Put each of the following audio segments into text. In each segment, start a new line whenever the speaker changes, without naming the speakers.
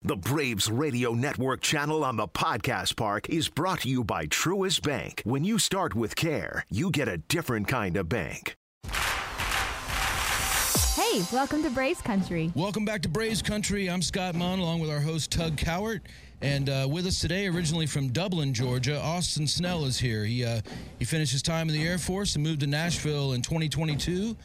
The Braves Radio Network channel on the Podcast Park is brought to you by Truist Bank. When you start with care, you get a different kind of bank.
Hey, welcome to Braves Country.
Welcome back to Braves Country. I'm Scott Mon, along with our host Tug Cowart, and uh, with us today, originally from Dublin, Georgia, Austin Snell is here. He uh, he finished his time in the Air Force and moved to Nashville in 2022,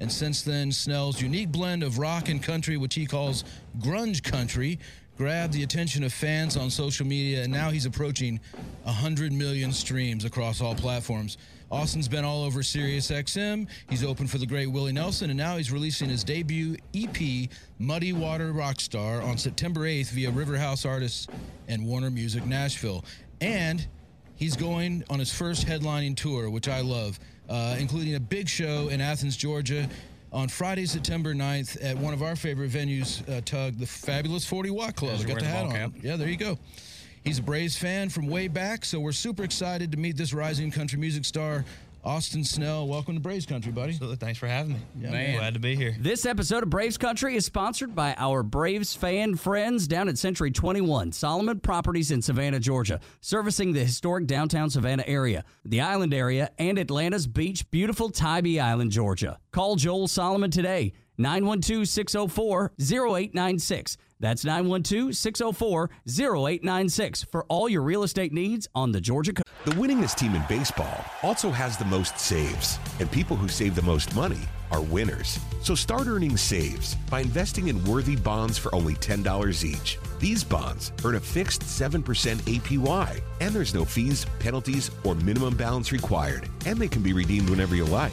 and since then, Snell's unique blend of rock and country, which he calls grunge country, grabbed the attention of fans on social media, and now he's approaching 100 million streams across all platforms. Austin's been all over SiriusXM. He's open for the great Willie Nelson, and now he's releasing his debut EP, Muddy Water Rockstar, on September 8th via Riverhouse Artists and Warner Music Nashville. And he's going on his first headlining tour, which I love, uh, including a big show in Athens, Georgia. On Friday, September 9th, at one of our favorite venues, uh, Tug, the Fabulous 40 Watt Club. I got the hat on. Yeah, there you go. He's a Braves fan from way back, so we're super excited to meet this rising country music star, Austin Snell. Welcome to Braves Country, buddy.
Absolutely. Thanks for having me.
man.
Glad to be here.
This episode of Braves Country is sponsored by our Braves fan friends down at Century 21, Solomon Properties in Savannah, Georgia, servicing the historic downtown Savannah area, the island area, and Atlanta's beach, beautiful Tybee Island, Georgia. Call Joel Solomon today, 912 604 0896. That's 912 604 0896 for all your real estate needs on the Georgia coast.
The winningest team in baseball also has the most saves, and people who save the most money are winners. So start earning saves by investing in worthy bonds for only $10 each. These bonds earn a fixed 7% APY, and there's no fees, penalties, or minimum balance required, and they can be redeemed whenever you like.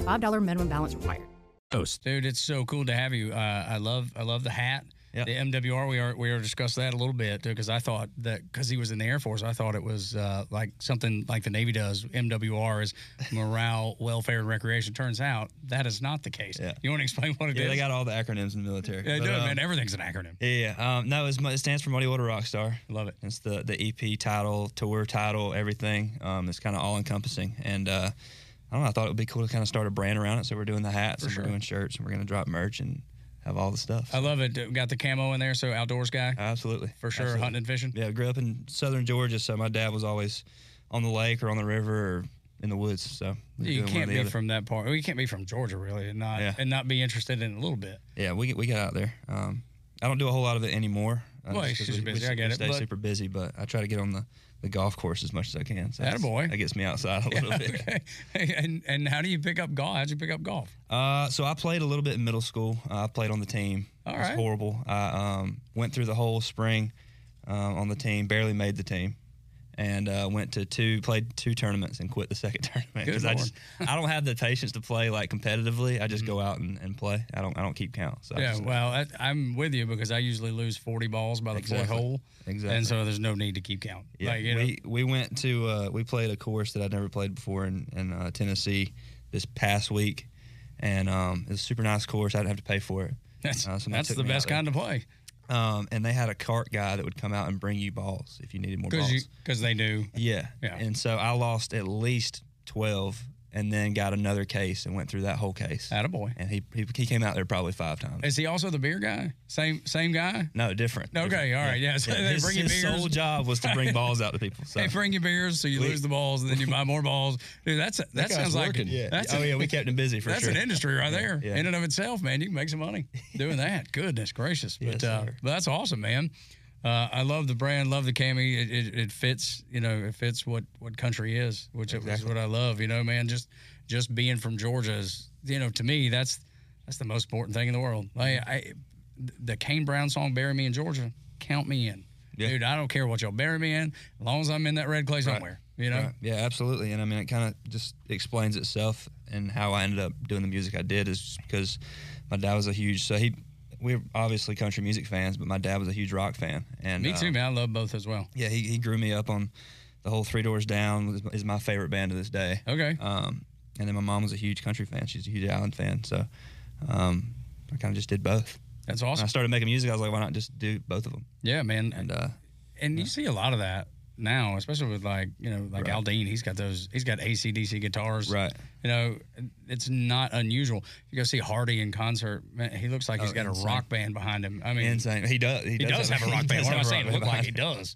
$5 minimum balance required.
dude. It's so cool to have you. Uh, I love I love the hat.
Yep.
The MWR we are we are discussed that a little bit because I thought that because he was in the Air Force I thought it was uh, like something like the Navy does MWR is morale welfare and recreation turns out that is not the case
Yeah.
you want to explain what it is?
Yeah, they got all the acronyms in the military.
yeah,
But,
do it,
um,
man everything's an acronym
Yeah, yeah. Um, no, it's, mu- it stands for Muddy Water Rockstar.
love it
It's the, the EP title, tour title, everything. Um, it's kind of all encompassing. And uh, I don't know, I thought it would be cool to kind of start a brand around it. So we're doing the hats, and we're doing shirts, and we're going to drop merch and have all the stuff.
I love it got the camo in there so outdoors guy
Absolutely.
for sure
Uh, Absolutely.
hunting and fishing
Yeah, I grew up in southern Georgia, so my dad was always on the lake or on the river or in the woods. So we were doing
you
one or
can't
the
be
other.
from that part well, you can't be from Georgia really and not
Yeah.
and not be interested in it a little bit
Yeah, we we got out there. Um, I don't do a whole lot of it anymore. Uh,
Well,
just
it's
'cause
just
we,
busy,
We,
I get
we
it,
stay
but-
super busy, but I try to get on the, the golf course as much as I can. So that's-
Attaboy.
That gets me outside a little bit.
okay and and how do you pick up golf how'd you pick up golf
Uh, so I played a little bit in middle school. Uh, I played on the team.
All
it was
right.
horrible. I um, went through the whole spring um, on the team, barely made the team, and uh, went to two played two tournaments and quit the second tournament
Good
I
Lord. Mm-hmm.
just I don't have the patience to play like competitively. I just go out and, and play. I don't I don't keep count. So I
Yeah,
just-
well, I, I'm with you because I usually lose 40 balls by the fourth
Exactly.
hole.
Exactly.
And so there's no need to keep count.
Yeah,
Like, you know,
we we went to uh, we played a course that I'd never played before in in uh, Tennessee this past week, and um, it was a super nice course. I didn't have to pay for it.
that's,
uh, somebody
that's
took
the
me
best
out there.
kind to play
Um, and they had a cart guy that would come out and bring you balls if you needed more balls.
because they do.
yeah.
Yeah.
and so I lost at least twelve, and then got another case and went through that whole case.
Attaboy.
And he he, he came out there probably five times.
Is he also the beer guy? Same same guy?
no, different.
Okay,
different.
all right, yeah, so they
his
bring you
his sole
beers.
job was to bring balls out to people. So.
They bring you beers, so you lose the balls, and then you buy more balls. Dude, that's that,
guy's
sounds like
working. Yeah.
that's
oh
a-
yeah, we kept him busy for
that's
sure.
an industry right there
yeah.
in and of itself, man. You can make some money doing that. Goodness gracious, but
Yes,
uh,
sir.
but that's awesome, man. Uh, I love the brand, love the cami. It, it, it fits, you know, it fits what what country is, which is what I love. You know, man, just just being from Georgia is, you know, to me that's that's the most important thing in the world. I, I the Kane Brown song "Bury Me in Georgia," count me in.
Yeah.
dude, I don't care what y'all bury me in, as long as I'm in that red clay somewhere. You know,
Right. Yeah, absolutely. And I mean, it kind of just explains itself and how I ended up doing the music I did is just because my dad was a huge, so he, we're obviously country music fans, but my dad was a huge rock fan. And
me
uh,
too, man. I love both as well.
Yeah, he, he grew me up on the whole Three Doors Down is- is my favorite band to this day.
Okay.
Um, and then my mom was a huge country fan. She's a huge Island fan. So um, I kind of just did both.
That's
When
awesome.
I started making music, I was like, why not just do both of them?
Yeah, man.
And uh,
and you see a lot of that now, especially with like you know like
Right.
Aldine. He's got those. He's got ACDC guitars.
Right.
You know, it's not unusual. You go see Hardy in concert. Man, he looks like he's
Oh,
got
insane.
a rock band behind him. I mean,
insane. He does. He,
He does have a rock band.
does
What am I
have a
saying?
rock
Look
band.
like he does.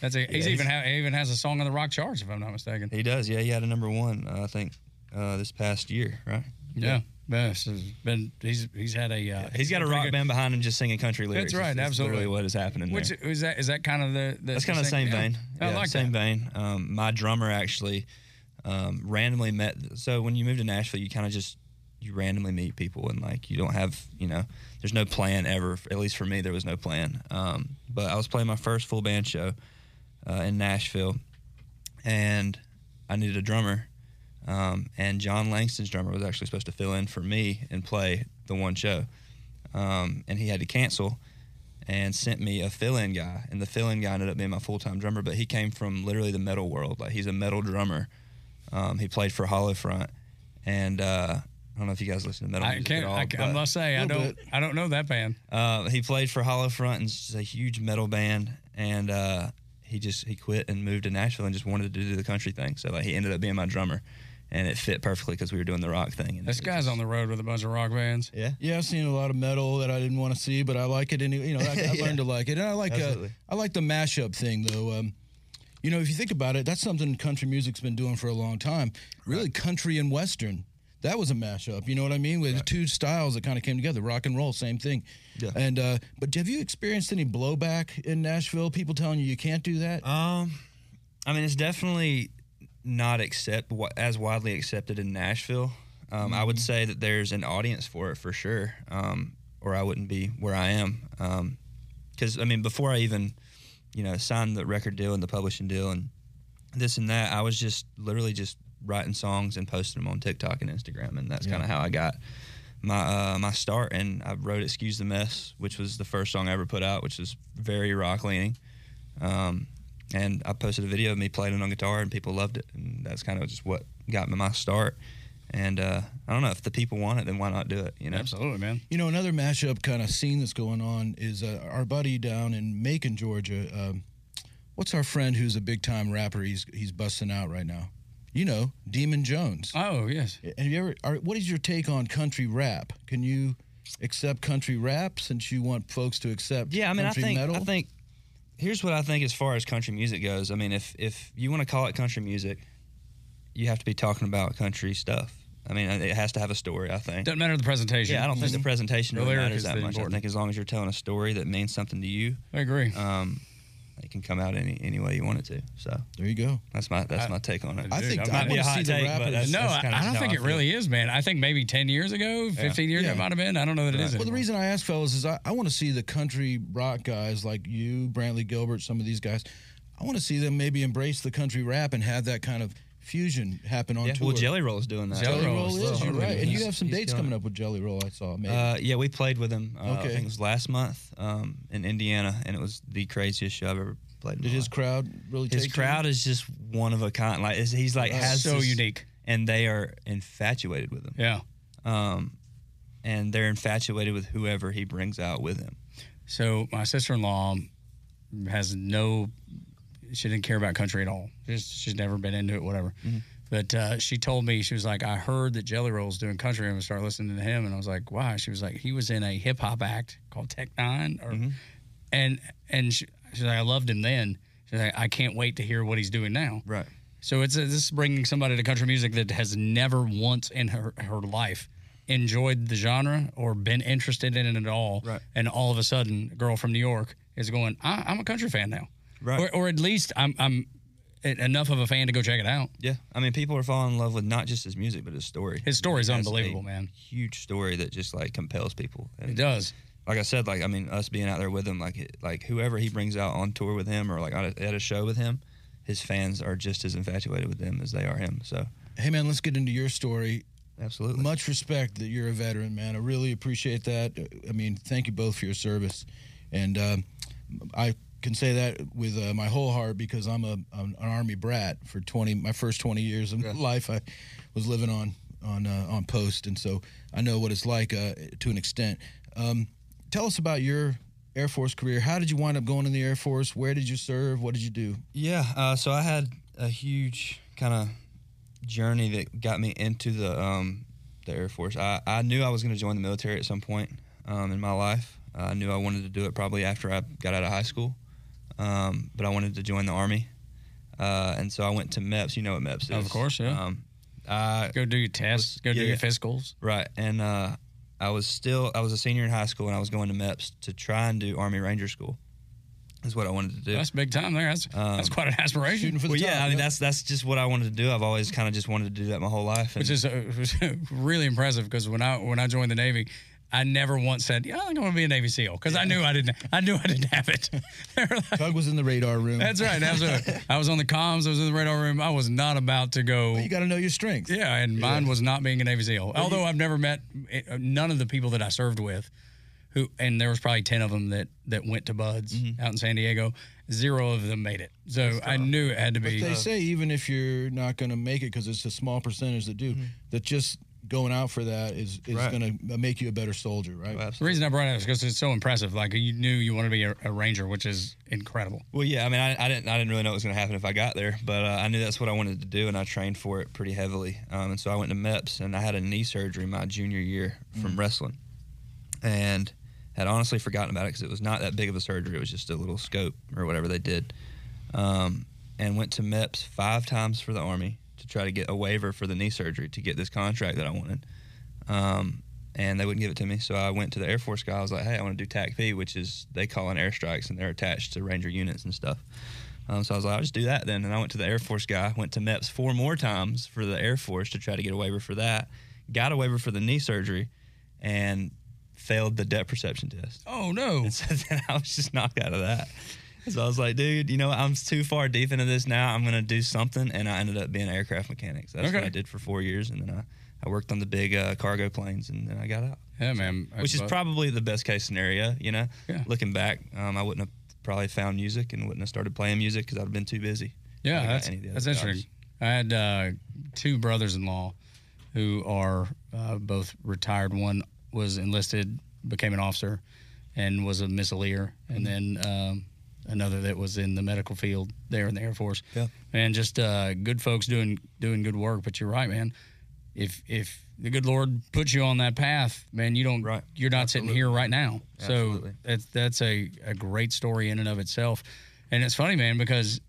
That's a, he's
Yeah,
even
he's-
ha- he even has a song on the rock charts, if I'm not mistaken.
He does. Yeah, he had a number one, uh, I think, uh, this past year, right?
Yeah. Yeah, so it's been he's he's had a uh,
He's got
been
a
pretty
rock
good-
band behind him just singing country lyrics.
right,
That's
absolutely.
literally what is happening
Which
there.
is that is that kind of the, the
That's kind of the same
yeah.
vein.
I
Yeah,
like
same
that.
vein. Um, my drummer actually um, randomly met. So when you move to Nashville, you kind of just you randomly meet people and like you don't have you know there's no plan ever. At least for me, there was no plan. Um, but I was playing my first full band show uh, in Nashville, and I needed a drummer. Um, and John Langston's drummer was actually supposed to fill in for me and play the one show. Um, and he had to cancel and sent me a fill in guy. And the fill in guy ended up being my full time drummer, but he came from literally the metal world. Like he's a metal drummer. Um, he played for Hollow Front. And uh, I don't know if you guys listen to metal
I
music
can't.
at all.
I, can't- I
but-
must say, I
Little
don't.
bit.
I don't know that band.
Uh, he played for Hollow Front and it's a huge metal band, and uh, he just he quit and moved to Nashville and just wanted to do the country thing. So like he ended up being my drummer, and it fit perfectly because we were doing the rock thing. And
This guy's on the road with a bunch of rock bands.
yeah.
Yeah, I've seen a lot of metal that I didn't want to see, but I like it. And you know, I, I learned to like it, and I like uh,
Absolutely.
I like the mashup thing though. Um, you know, if you think about it, that's something country music's been doing for a long time. Really, country and western. That was a mashup. You know what I mean? With two styles that kind of came together, rock and roll, same thing. Yeah. And uh, but have you experienced any blowback in Nashville? People telling you you can't do that?
Um, I mean, it's definitely not accept wi- as widely accepted in Nashville. Um, I
Mm-hmm.
would say that there's an audience for it for sure, um, or I wouldn't be where I am. Um, Because I mean, before I even, you know, signed the record deal and the publishing deal and this and that, I was just literally just writing songs and posting them on TikTok and Instagram, and that's kind of how I got my uh, my start. And I wrote "Excuse the Mess," which was the first song I ever put out, which was very rock leaning. Um, and I posted a video of me playing it on guitar, and people loved it. And that's kind of just what got me my start. And uh, I don't know if the people want it, then why not do it? You know,
Absolutely, man.
You know, another mashup kind of scene that's going on is uh, our buddy down in Macon, Georgia. Um, what's our friend who's a big time rapper? He's he's busting out right now. You know, Demon Jones.
Uh,
Oh yes.
Have you ever? Are, what is your take on country rap? Can you accept country rap since you want folks to accept?
Yeah, I mean, I
country
think
metal?
I think here's what I think as far as country music goes. I mean, if if you want to call it country music, you have to be talking about country stuff. I mean, it has to have a story. I think.
Doesn't matter the presentation.
Yeah, I don't think the presentation
The
really
lyric
matters
is
that
the
much. I
important.
think as long as you're telling a story that means something to you,
I agree.
um, it can come out any any way you want it to. So
There you go.
that's my that's my take on it.
I
Dude,
think
I
I
might
want
be
to
a
see
hot
the
take, but
rappers.
that's-
no, I,
kinda
I don't
how
think
I
it really is, man. I think maybe ten years ago, fifteen years
Yeah.
it might have been. I don't know that it is.
Well, the
anymore.
reason I ask, fellas, is I, I want to see the country rock guys like you, Brantley Gilbert, some of these guys. I want to see them maybe embrace the country rap and have that kind of fusion happen on
Yeah,
tour.
well, Jelly Roll's doing that.
Jelly
Jelly
Roll
Roll
is
is,
still
you're
hungry.
right. And you
He's-
have some
he's
dates
doing
coming
it.
up with Jelly Roll, I saw. Maybe.
Uh, yeah, we played with him. Uh, I
Okay.
think it was last month um, in Indiana, and it was the craziest show I've ever played. in my
Did his
life.
crowd really
His
take to
crowd is just one of a kind. Like is- he's like has
so
this-
unique.
and they are infatuated with him.
Yeah.
Um, and they're infatuated with whoever he brings out with him.
So my sister-in-law has no. She didn't care about country at all. She's, she's never been into it, whatever. But uh, she told me she was like, I heard that Jelly Roll's doing country, and I started listening to him, and I was like, why? She was like, he was in a hip hop act called Tech Nine, or and and she, she's like, I loved him then. She's like, I can't wait to hear what he's doing now.
Right.
So it's this is bringing somebody to country music that has never once in her, her life enjoyed the genre or been interested in it at all.
Right.
And all of a sudden, a girl from New York is going, I, I'm a country fan now.
Right.
Or, or at least I'm, I'm en- enough of a fan to go check it out.
Yeah. I mean, people are falling in love with not just his music, but his story.
His story is
He has a
unbelievable, man.
Huge story that just like compels people. And
It does.
like I said, like I mean, us being out there with him, like it- like whoever he brings out on tour with him or like on a, at a show with him, his fans are just as infatuated with them as they are him. So
Hey, man, let's get into your story.
absolutely,
Much respect that you're a veteran, man. I really appreciate that. I mean, thank you both for your service, and um, I can say that with uh, my whole heart because I'm a I'm an army brat for 20 my first 20 years of my life. I was living on on uh, on post, and so I know what it's like uh, to an extent. Um, tell us about your Air Force career. How did you wind up going in the Air Force? Where did you serve? What did you do?
Yeah, uh, so I had a huge kind of journey that got me into the um, the Air Force. I, I knew I was going to join the military at some point um, in my life. I knew I wanted to do it probably after I got out of high school, um, but I wanted to join the Army. Uh, and so I went to MEPS. You know what MEPS is.
Of course, yeah.
Um, I,
Go do your tests. Go do
yeah.
your physicals.
Right, and uh, I was still I was a senior in high school, and I was going to MEPS to try and do Army Ranger School. Is what I wanted to do.
That's big time there. That's
Um,
that's quite an aspiration.
for the
well, yeah,
top,
I mean
yeah.
that's that's just what I wanted to do. I've always kind of just wanted to do that my whole life. And
which is uh, really impressive because when I when I joined the Navy, I never once said, "Yeah, I think I want to be a Navy SEAL," because I knew I didn't. I knew I didn't have it. They were like-
Doug was in the radar room.
That's right. Absolutely. I was on the comms. I was in the radar room. I was not about to go.
you got to know your strengths.
Yeah, and mine was not being a Navy SEAL. Although I've never met uh, none of the people that I served with, who and there was probably ten of them that that went to Buds out in San Diego. Zero of them made it. So I knew it had to be.
They say even if you're not going to make it, because it's a small percentage that do, that just going out for that is is
Mm-hmm. Right.
going to make you a better soldier, right?
The reason I brought it up is because it's so impressive. Like you knew you wanted to be a, a ranger, which is incredible.
well, yeah, I mean I, I didn't I didn't really know what was going to happen if I got there, but uh, I knew that's what I wanted to do, and I trained for it pretty heavily. Um, and so I went to MEPS, and I had a knee surgery my junior year from wrestling, and had honestly forgotten about it because it was not that big of a surgery. It was just a little scope or whatever they did. um, and went to MEPS five times for the Army to try to get a waiver for the knee surgery to get this contract that I wanted. Um, and they wouldn't give it to me. So I went to the Air Force guy. I was like, hey, I want to do TAC-P, which is they call in airstrikes and they're attached to Ranger units and stuff. Um, so I was like, I'll just do that then. And I went to the Air Force guy, went to MEPS four more times for the Air Force to try to get a waiver for that, got a waiver for the knee surgery, and failed the depth perception test.
Oh no!
And so then I was just knocked out of that. So I was like, dude, you know, what? I'm too far deep into this now. I'm going to do something. And I ended up being an aircraft mechanic. So that's what
Okay.
I did for four years. And then I, I worked on the big uh, cargo planes and then I got out,
Yeah, man.
which is
But-
probably the best case scenario. You know,
Yeah.
looking back, um, I wouldn't have probably found music and wouldn't have started playing music because I'd have been too busy.
Yeah,
Like,
that's,
any of the
that's
other jobs.
interesting. I had uh, two brothers-in-law who are uh, both retired. One was enlisted, became an officer, and was a missileer, and
Mm-hmm.
then um, another that was in the medical field there in the Air Force.
Yeah.
and just uh, good folks doing doing good work. But you're right, man. If if the good Lord puts you on that path, man, you don't.
Right.
You're not sitting here right now.
Absolutely.
So that's that's a, a great story in and of itself. And it's funny, man, because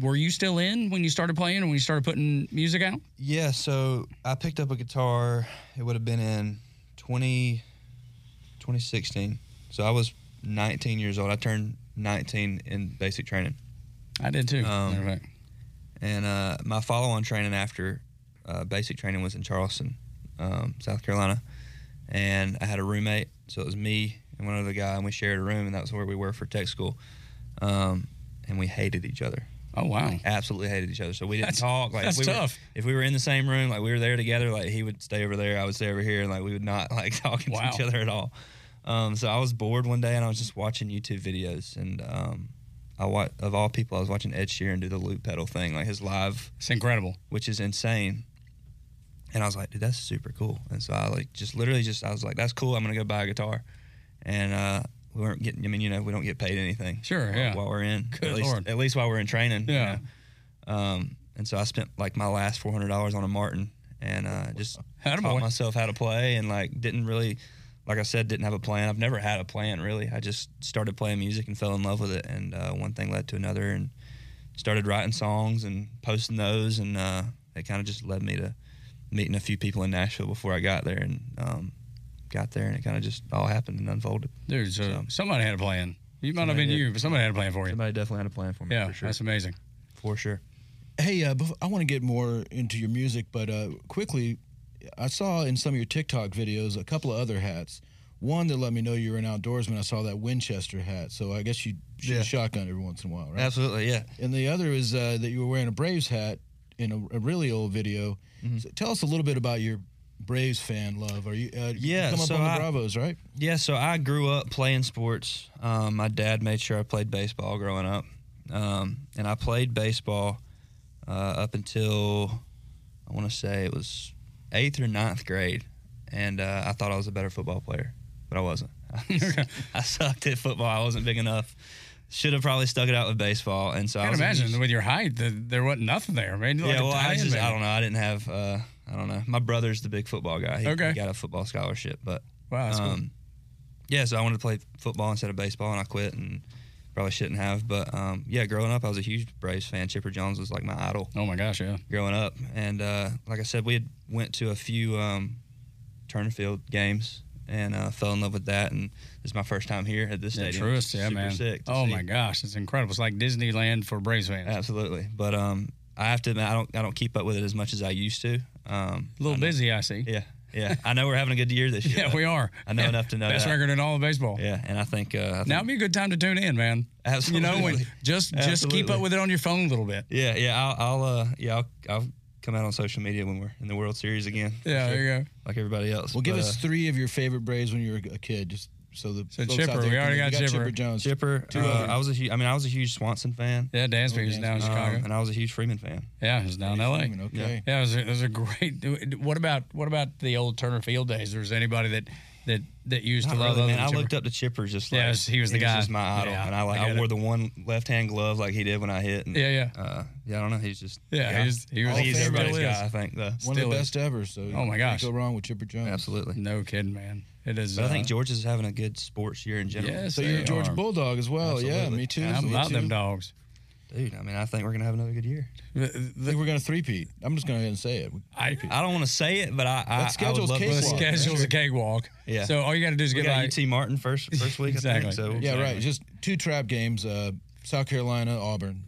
were you still in when you started playing and when you started putting music out?
Yeah, so I picked up a guitar. It would have been in 20, 2016. So I was 19 years old. I turned 19 in basic training.
I did too.
Um,
matter of fact.
And uh, my follow on training after uh, basic training was in Charleston, um, South Carolina. And I had a roommate. So it was me and one other guy, and we shared a room, and that's where we were for tech school. Um, and we hated each other.
Oh wow.
Absolutely hated each other. So we didn't
That's-
talk. Like if
that's
we were-
tough.
if we were in the same room, like we were there together, like he would stay over there, I would stay over here, and like we would not like talking
Wow.
to each other at all. Um, so I was bored one day, and I was just watching YouTube videos, and um, I wa- of all people, I was watching Ed Sheeran do the loop pedal thing, like his live,
It's incredible.
which is insane. And I was like, dude, that's super cool. And so I like just literally just I was like, that's cool. I'm gonna go buy a guitar, and uh, we weren't getting. I mean, you know, we don't get paid anything.
Sure,
while-
yeah.
While we're in,
Good
at least,
Lord.
at least while we're in training. you
Yeah.
know? Um, and so I spent like my last four hundred dollars on a Martin, and uh, just
Attaboy.
taught myself how to play, and like didn't really, like I said, didn't have a plan. I've never had a plan really. I just started playing music and fell in love with it, and uh, one thing led to another, and started writing songs and posting those, and uh, it kind of just led me to meeting a few people in Nashville before I got there, and um, got there, and it kind of just all happened and unfolded.
Dude, so,
So-
somebody had a plan. You might not have
Somebody
been
did.
you, but somebody had a plan for you.
Somebody definitely had a plan for me.
yeah,
for sure.
that's amazing.
for sure.
Hey, uh, bef- I want to get more into your music, but uh, quickly, I saw in some of your TikTok videos a couple of other hats. one that let me know you were an outdoorsman. I saw that Winchester hat, so I guess you shoot
Yeah.
a shotgun every once in a while, right?
Absolutely, yeah.
And the other is uh, that you were wearing a Braves hat in a, a really old video.
Mm-hmm.
So tell us a little bit about your Braves fan love. Are you? Uh, you
Yeah,
come up
so
on the
I-
Bravos, right?
Yeah, so I grew up playing sports. Um, my dad made sure I played baseball growing up, um, and I played baseball uh, up until I want to say it was eighth or ninth grade, and uh, I thought I was a better football player, but I wasn't. I sucked at football. I wasn't big enough. Should have probably stuck it out with baseball, and so I
I can
was
imagine with your height, the, there wasn't nothing there, man. You're like
yeah,
a
well,
tight
I
end,
just
man.
I don't know. I didn't have uh, I don't know. My brother's the big football guy. He, he
Okay.
got a football scholarship, but
Wow, that's cool.
um, yeah, so I wanted to play football instead of baseball, and I quit, and probably shouldn't have. But um, yeah, growing up, I was a huge Braves fan. Chipper Jones was like my idol
Oh my gosh, yeah.
growing up, and uh, like I said, we had went to a few um, Turnfield games and uh, fell in love with that. And this is my first time here at this
Yeah,
stadium.
truest, yeah,
Super
man.
Sick to
oh
see.
my gosh, it's incredible. It's like Disneyland for Braves fans.
Absolutely, but um, I have to admit, I don't I don't keep up with it as much as I used to. Um,
a little busy, I see.
yeah, yeah. I know we're having a good year this year.
Yeah,
but
we are.
I know
Yeah.
enough to know
best
that.
record in all of baseball.
Yeah, and I think, uh, I think
Now would be a good time to tune in, man.
Absolutely.
You know, when, just just keep
Absolutely.
up with it on your phone a little bit.
Yeah, yeah. I'll, I'll uh, yeah, I'll, I'll come out on social media when we're in the World Series again. for
Yeah, there you go.
Like everybody else.
Well, give
But,
us
uh,
three of your favorite Braves when you were a kid, just so the
So
folks
Chipper,
out there
we
can-
already
you
got Chipper.
Jones.
Chipper.
Two
uh,
others.
I was a huge. I mean, I was a huge Swanson fan.
Yeah, Dansby is down in Chicago.
Um, and I was a huge Freeman fan.
yeah, he's down in L.A.
Freeman, okay.
Yeah, it was, a, it was a great. What about what about the old Turner Field days? There was anybody that that that used
Not
to love
really,
other
man. I
than
looked
Chipper?
up to Chipper just like
Yeah, he was- he was the guy.
just my idol,
Yeah,
and I like
I
I,
get
wore
it.
the one left hand glove like he did when I hit. And,
Yeah, yeah.
Uh, yeah, I don't know. He's just
Yeah, he's- he was-
I think he's
Hall of Famer
everybody's
still is.
guy. I think though.
One of the
Still is.
best ever. So you
Oh my
can't
gosh.
go wrong with Chipper Jones.
Absolutely.
No kidding, man. It is.
But I think
uh,
George is having a good sports year in general.
Yes,
So you're
they
a George
are.
Bulldog as well. Yeah,
Absolutely.
me too.
I'm
me
about
too.
them dogs.
dude. I mean, I think we're gonna have another good year.
I think we're gonna threepeat. I'm just gonna go ahead and say it.
I,
I don't want to say it, but I, I,
That
I would
schedule's
love to
cakewalk.
see it.
That's
schedule's a cakewalk.
Yeah.
So all you got to do is
We
get
got
like
UT Martin first first week.
Exactly.
I think, so
Yeah, right. Just two trap games. Uh, South Carolina, Auburn.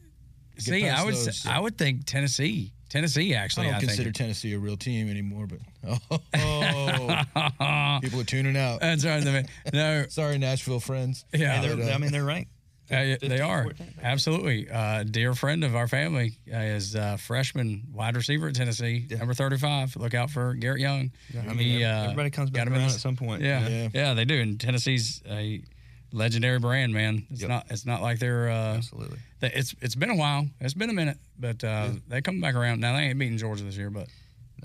Get
See,
past
I would
those.
s I I would think Tennessee. Tennessee
I
actually.
don't
I,
consider
think.
Tennessee a real team anymore, but oh, people are tuning out.
That's right. man. No,
Sorry, Nashville friends.
Uh, yeah,
And they're, I mean, they're ranked.
Uh, yeah, they
15,
are
14.
absolutely. Uh, dear friend of our family uh, is uh, freshman wide receiver at Tennessee, number thirty-five. Look out for Garrett Young.
I mean,
He, uh,
everybody comes
got
back
him in
around at
this-
some point.
Yeah,
Yeah.
yeah, they do. And Tennessee's a legendary brand, man. It's
Yep.
not. It's not like they're. Uh,
absolutely.
they- it's it's been a while. It's been a minute, but uh, they come back around. Now they ain't beating Georgia this year, but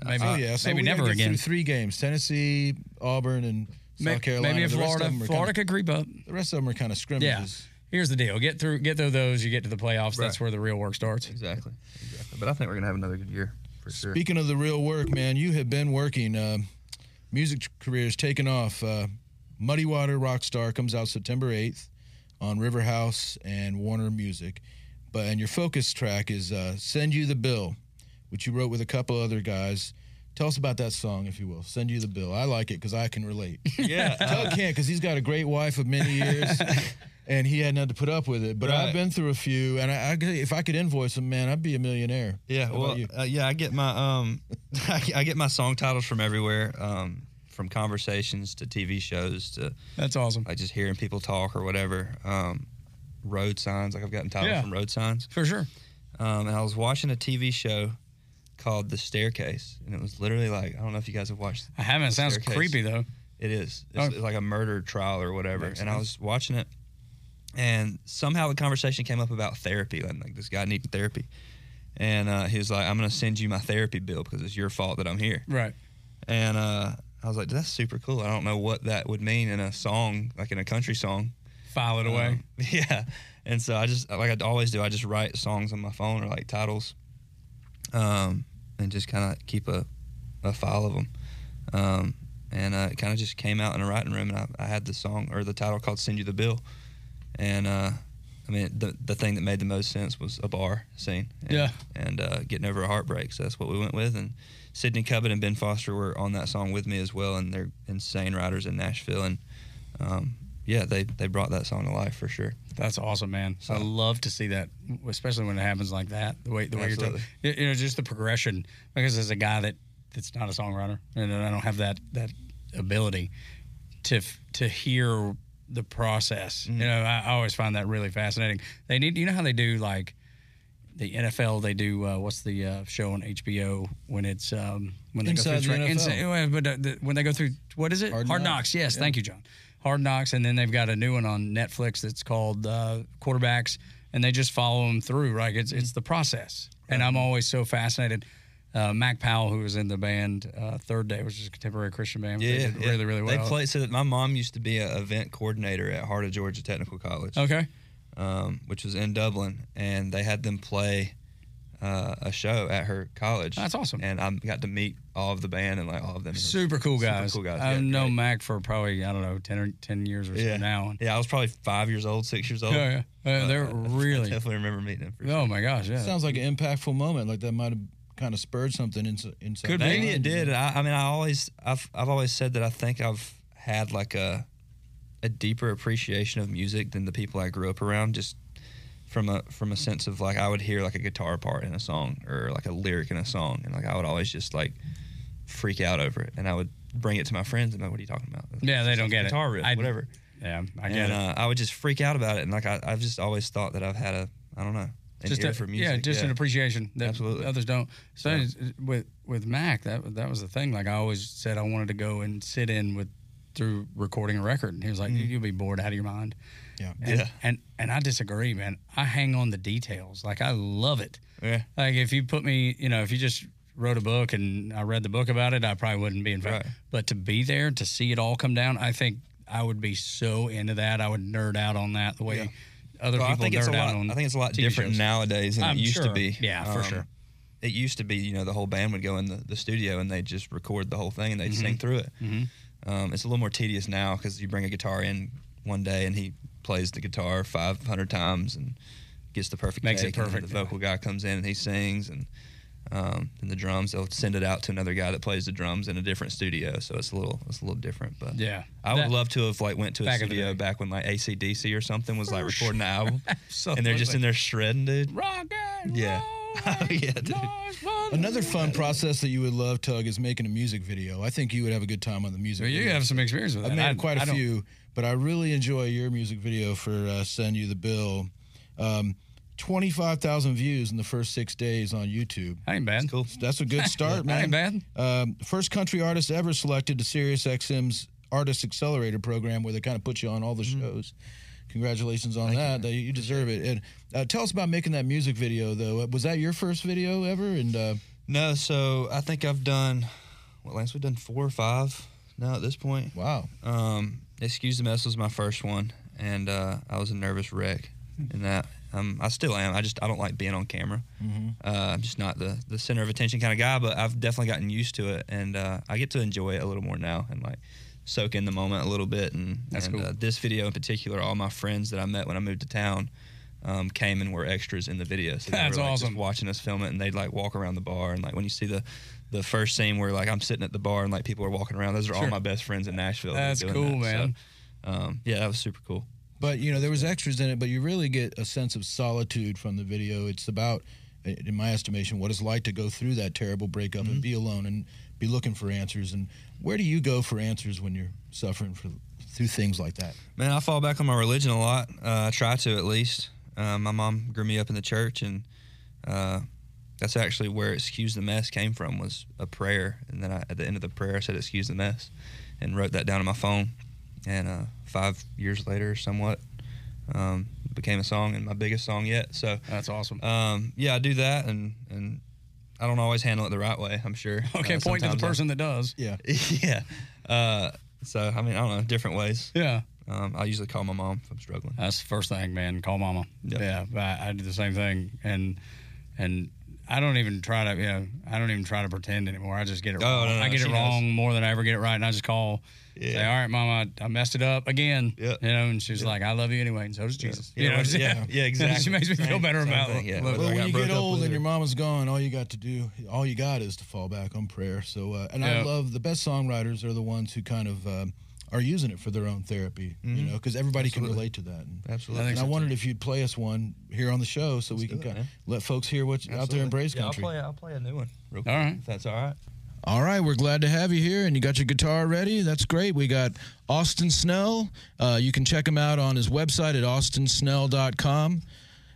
maybe
Oh yeah, so
maybe
we gotta
never
get
again.
Through three games: Tennessee, Auburn, and
May-
South Carolina.
maybe
the rest
Florida.
of them are
Florida
Kind
could creep up.
of, the rest of them are kind of
Yeah.
scrimmages.
Here's the deal: get through, get through those. You get to the playoffs. That's
Right.
where the real work starts.
Exactly. Exactly. But I think we're gonna have another good year for sure.
Speaking of the real work, man, you have been working. Uh, music career's taken off. Uh, Muddy Water Rockstar comes out September 8th on River House and Warner Music. But and your focus track is uh, "Send You the Bill," which you wrote with a couple other guys. Tell us about that song, if you will. "Send You the Bill." I like it because I can relate.
yeah. uh,
Tug can't because he's got a great wife of many years, and he hadn't had to put up with it. But I've
Right.
been through a few, and I, I could- if I could invoice him, man, I'd be a millionaire.
yeah.
How
Well.
about you?
Uh, yeah. I get my um, I, I get my song titles from everywhere. Um, from conversations to TV shows to
That's awesome.
like just hearing people talk or whatever. Um, road signs. Like I've gotten titles
Yeah.
from road signs.
For sure.
um, and I was watching a TV show called The Staircase, and it was literally like I don't know if you guys have watched.
I haven't. It
The
sounds
Staircase.
creepy though.
It is. It's,
Oh.
it's like a murder trial or whatever. And
Makes
I was watching it, and somehow the conversation came up about therapy. Like, like this guy needed therapy, and uh, he was like, "I'm gonna send you my therapy bill because it's your fault that I'm here."
Right.
And uh, I was like, "That's super cool." I don't know what that would mean in a song, like in a country song.
File it away.
Um, yeah. And so I just like I always do, I just write songs on my phone or like titles, um, and just kind of keep a, a file of them. Um, and uh, it kind of just came out in a writing room, and I, I had the song or the title called "Send You the Bill," and uh, I mean the the thing that made the most sense was a bar scene. And,
Yeah.
And uh, getting over a heartbreak, so that's what we went with. And Sidney Cubbett and Ben Foster were on that song with me as well, and they're insane writers in Nashville, and um, yeah, they they brought that song to life for sure.
That's awesome, man. I love to see that, especially when it happens like that. The way the way
Absolutely.
you're talking, you know, just the progression. Because as a guy that that's not a songwriter and I don't have that that ability, to f- to hear the process.
Mm-hmm.
You know, I, I always find that really fascinating. They need, you know, how they do like the NFL. They do uh, what's the uh, show on HBO when it's um, when they
Inside
go through
the
train-
NFL.
well, but uh, the, when they go through what is it? Hard, Knocks. Yes, thank you, John. Hard Knocks, and then they've got a new one on Netflix that's called uh, Quarterbacks, and they just follow them through. Right, it's it's the process, and I'm always so fascinated. Uh, Mac Powell, who was in the band uh, Third Day, which is a contemporary Christian band, they did really, really well.
They played so that my mom used to be an event coordinator at Heart of Georgia Technical College,
Okay.
um, which was in Dublin, and they had them play uh, a show at her college.
That's awesome.
And I got to meet all of the band and like all of them. It was
Super cool guys.
Super cool guys.
I've
yeah,
known
great.
Mac for probably, I don't know, 10 or 10 years or so
Yeah.
now.
Yeah, I was probably five years old, six years old.
Yeah, yeah. Uh,
But,
they're
uh, I
really,
definitely remember meeting them. For sure.
oh my gosh, yeah.
Sounds like an impactful moment. Like that might have kind of spurred something inside. inside
Could
the
be.
Maybe
mind.
it did. I, I mean, I always, I've, I've always said that I think I've had like a, a deeper appreciation of music than the people I grew up around. Just from a, from a sense of like I would hear like a guitar part in a song or like a lyric in a song, and like I would always just like freak out over it, and I would bring it to my friends and be like, "What are you talking about?"
Yeah, they
It's
don't
like
get
a
it.
guitar riff,
I-
whatever.
yeah, I get it.
And uh, I would just freak out about it, and like I, I've just always thought that I've had a, I don't know, an
just
ear
a-
for music.
Yeah, just an appreciation that
Absolutely.
others don't. So it's- it's- with with Mac, that that was the thing. Like I always said, I wanted to go and sit in with through recording a record, and he was like, "You'll be bored out of your mind."
Yeah.
and,
Mm-hmm. Yeah.
and and I disagree, man. I hang on the details. Like I love it.
Yeah.
Like if you put me, you know, if you just wrote a book and I read the book about it, I probably wouldn't be involved.
Right.
But to be there to see it all come down, I think I would be so into that. I would nerd out on that the way other
Well, I
people
think
nerd
it's a
out
lot.
on.
I think it's a lot
TV
different
shows.
nowadays than
I'm
it used to
sure.
be. Um,
Yeah, for sure.
It used to be, you know, the whole band would go in the, the studio and they'd just record the whole thing and they'd
Mm-hmm.
sing through it. Um, it's a little more tedious now because you bring a guitar in one day and he plays the guitar 500 times and gets the perfect
Makes it
take, and then
perfect,
the vocal guy comes in and he sings and um, and the drums they'll send it out to another guy that plays the drums in a different studio. So it's a little it's a little different, but
Yeah.
I would
That-
love to have like went to a
Back in the
studio
day.
back when like ACDC or something was like recording the album, and they're
Absolutely.
just in there shredding, dude.
rock and
Yeah. Oh,
roll and
Yeah, dude.
noise, wonder-
Another fun process that you would love, Tug, is making a music video. I think you would have a good time on the music.
Well, you
video.
have some experience with that.
I've made quite
a
a few, but I really enjoy your music video for uh, "Send You the Bill." Um, Twenty-five thousand views in the first six days on YouTube.
That ain't bad.
Cool.
That's a good start,
That ain't
man.
bad.
Um, first country artist ever selected to SiriusXM's Artist Accelerator program, where they kind of put you on all the shows. Congratulations on that. Mm-hmm. You. you deserve it. And uh, tell us about making that music video, though. Uh, Was that your first video ever? And uh,
No, so I think I've done what Lance we've done four or five now at this point.
wow,
Um, excuse the mess was my first one, and uh, I was a nervous wreck
Hmm.
in that. Um, I still am. I just I don't like being on camera.
Mm-hmm.
Uh, I'm just not the the center of attention kind of guy, but I've definitely gotten used to it, and uh, I get to enjoy it a little more now and like soak in the moment a little bit. And
That's
and,
cool.
uh, this video in particular, all my friends that I met when I moved to town. Um, came and were extras in the video. So they
That's
were, like, just
awesome.
watching us film it, and they'd like walk around the bar, and like when you see the the first scene where like I'm sitting at the bar and like people are walking around, those are all my best friends in Nashville. that are
That's
doing
cool,
that. So,
man.
um, yeah, that was super cool.
But you know, there was extras in it, but you really get a sense of solitude from the video. It's about, in my estimation, what it's like to go through that terrible breakup and be alone and be looking for answers. And where do you go for answers when you're suffering for, through things like that?
Man, I fall back on my religion a lot. Uh, I try to at least. Uh, my mom grew me up in the church, and uh, that's actually where "Excuse the Mess" came from was a prayer. And then I, at the end of the prayer, I said "Excuse the Mess," and wrote that down on my phone. And uh, five years later, somewhat, um, it became a song and my biggest song yet. So
That's awesome.
um, yeah, I do that, and and I don't always handle it the right way. I'm sure.
okay,
Uh,
point to the
sometimes I-
person that does.
Yeah.
yeah. Uh, so I mean, I don't know, different ways.
Yeah.
Um, I usually call my mom if I'm struggling.
That's the first thing, man. Call mama. Yeah, I, I do the same thing, and and I don't even try to. You know, I don't even try to pretend anymore. I just get it.
Oh,
wrong.
no, no,
I get
she
it
knows.
wrong more than I ever get it right, and I just call.
Yeah.
Say, all right, mama, I messed it up again.
Yeah.
You know, and she's like, I love you anyway, and so does Jesus. You know what I'm saying?
yeah, yeah, exactly.
she makes me feel
Same-
better
same
about
thing,
it.
yeah.
Look,
Whether I
Well, when
got
you
broke
get
up
old
with
and
her.
your mama's gone, all you got to do, all you got is to fall back on prayer. So, uh, and I
Yeah.
love the best songwriters are the ones who kind of um, are using it for their own therapy, you know, because everybody can relate to that. And,
Mm-hmm. Absolutely. I
And
think
I
so, too.
wondered if you'd play us one here on the show so we can kind of let folks hear what's out there in Braves
Yeah, I'll
Country.
play. I'll play a new one. Real
All
quick,
right.
if that's all right.
All right, we're glad to have you here, and you got your guitar ready. That's great. We got Austin Snell. Uh, you can check him out on his website at austinsnell.com.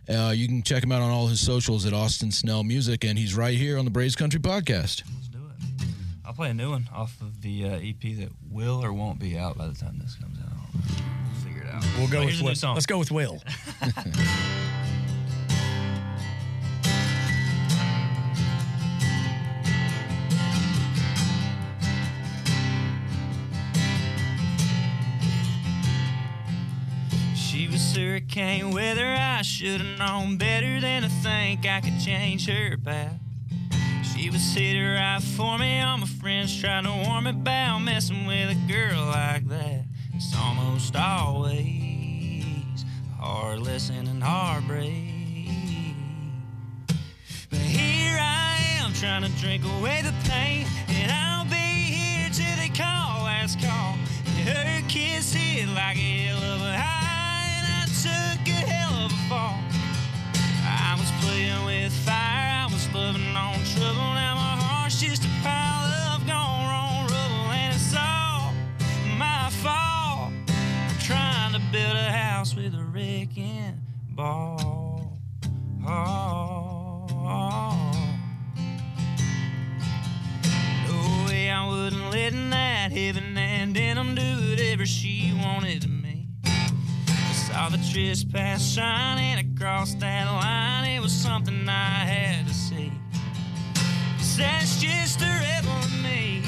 Uh, you can check him out on all his socials at Austin Snell Music, and he's right here on the Braves Country Podcast.
Let's do it. I'll play a new one off of the uh, EP that will or won't be out by the time this comes out. We'll figure it out.
We'll go
But
with
here's a new
Will.
song.
Let's go with Will.
She was hurricane weather. I should have known better than to think I could change her path. She was hit or right for me. All my friends trying to warm it bound, messing with a girl like that. It's almost always a hard lesson and heartbreak. But here I am trying to drink away the pain, and I'll be here till they call last call. And her kiss hit like a hell of a high, and I took a hell of a fall. I was playing with fire, I was loving on trouble. Now my heart's just a pile of gone wrong rubble, and it's all my fault. I'm trying to build a house with a wrecking ball. Oh. No way I wouldn't let that heaven and denim do whatever she wanted to me. I saw the trespass shining across that line, it was something I had to see. 'Cause that's just the rebel in me.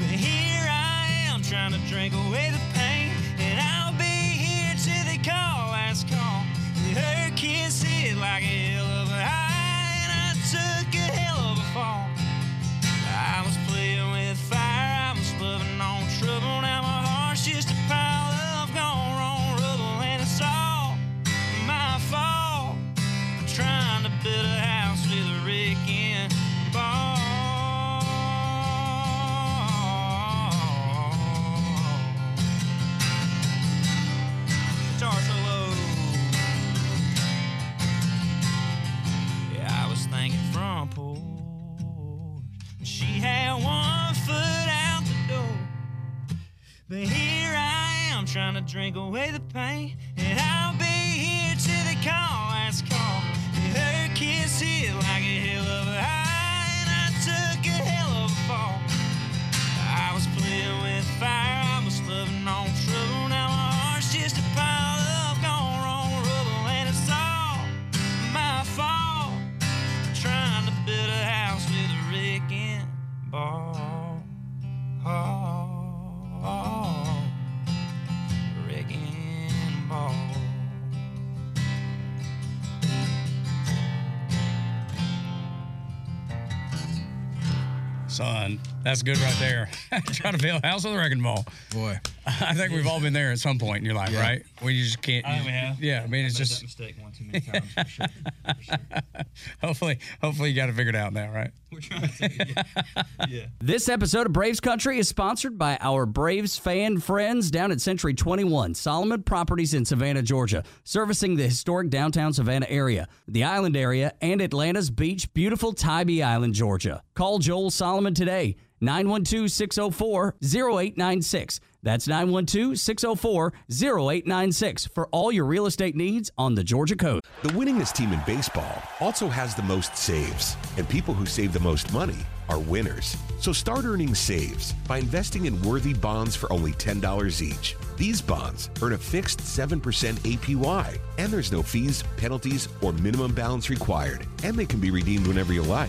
But here I am trying to drink away the pain. And I'll be here till they call last call. And Her kiss hit like a hell of a high. And I took a hell of a fall. I was playing with fire. I was loving on trouble. Now my heart's just a pile of gone wrong rubble. And it's all my fault. I'm trying to build a house with a wrecking ball. Guitar solo. Yeah, I was thinking front porch. She had one foot out the door. But here I am trying to drink away the pain. And I'll be here till they call last call. And her kiss hit like a hell of a high. And I took a hell of a fall. I was playing with fire, I was loving on trouble. Now my heart's just a pile of gone wrong rubble. And it's all my fault. Trying to build a house with a wrecking ball. Wrecking ball.
Son, that's good right there. Trying to build a house with a wrecking ball.
Boy,
I think we've all been there at some point in your life, right? Where you just can't.
I
you-
have.
Yeah, I mean, it's
made that
just
mistake one too many times. For sure. For sure.
hopefully, hopefully you got it figured out now, right?
We're trying to. Yeah. yeah.
This episode of Braves Country is sponsored by our Braves fan friends down at Century 21, Solomon Properties in Savannah, Georgia, servicing the historic downtown Savannah area, the island area, and Atlanta's beach, beautiful Tybee Island, Georgia. Call Joel Solomon today, 912 604 0896. That's 912 604 0896 for all your real estate needs on the Georgia coast.
The winningest team in baseball also has the most saves, and people who save the most money are winners. So start earning saves by investing in worthy bonds for only $10 each. These bonds earn a fixed 7% APY, and there's no fees, penalties, or minimum balance required, and they can be redeemed whenever you like.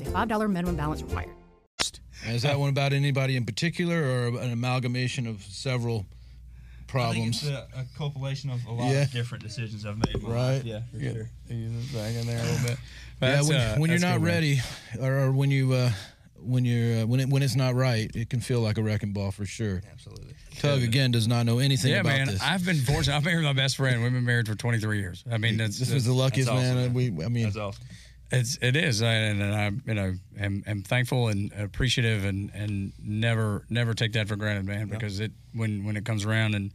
a $5 minimum balance required.
And is that one about anybody in particular, or an amalgamation of several problems?
a, uh, compilation of a lot
Yeah.
of different decisions I've made. In my
Right.
Life. Yeah. For
Get-
sure.
ease it back in there a little bit.
Yeah,
That's,
when,
uh,
when you're
that's
not
good, man.
ready, or, or when you uh, when you're uh, when it, when it's not right, it can feel like a wrecking ball for sure.
Absolutely.
Tug again does not know anything
Yeah,
about
man.
this.
I've been fortunate. I've been with my best friend. We've been married for 23 years. I mean, that's,
this was the luckiest man.
awesome, man.
We, I mean,
That's awesome.
It's it is, and, and I you know am, am thankful and appreciative, and and never never take that for granted, man. Because it when when it comes around, and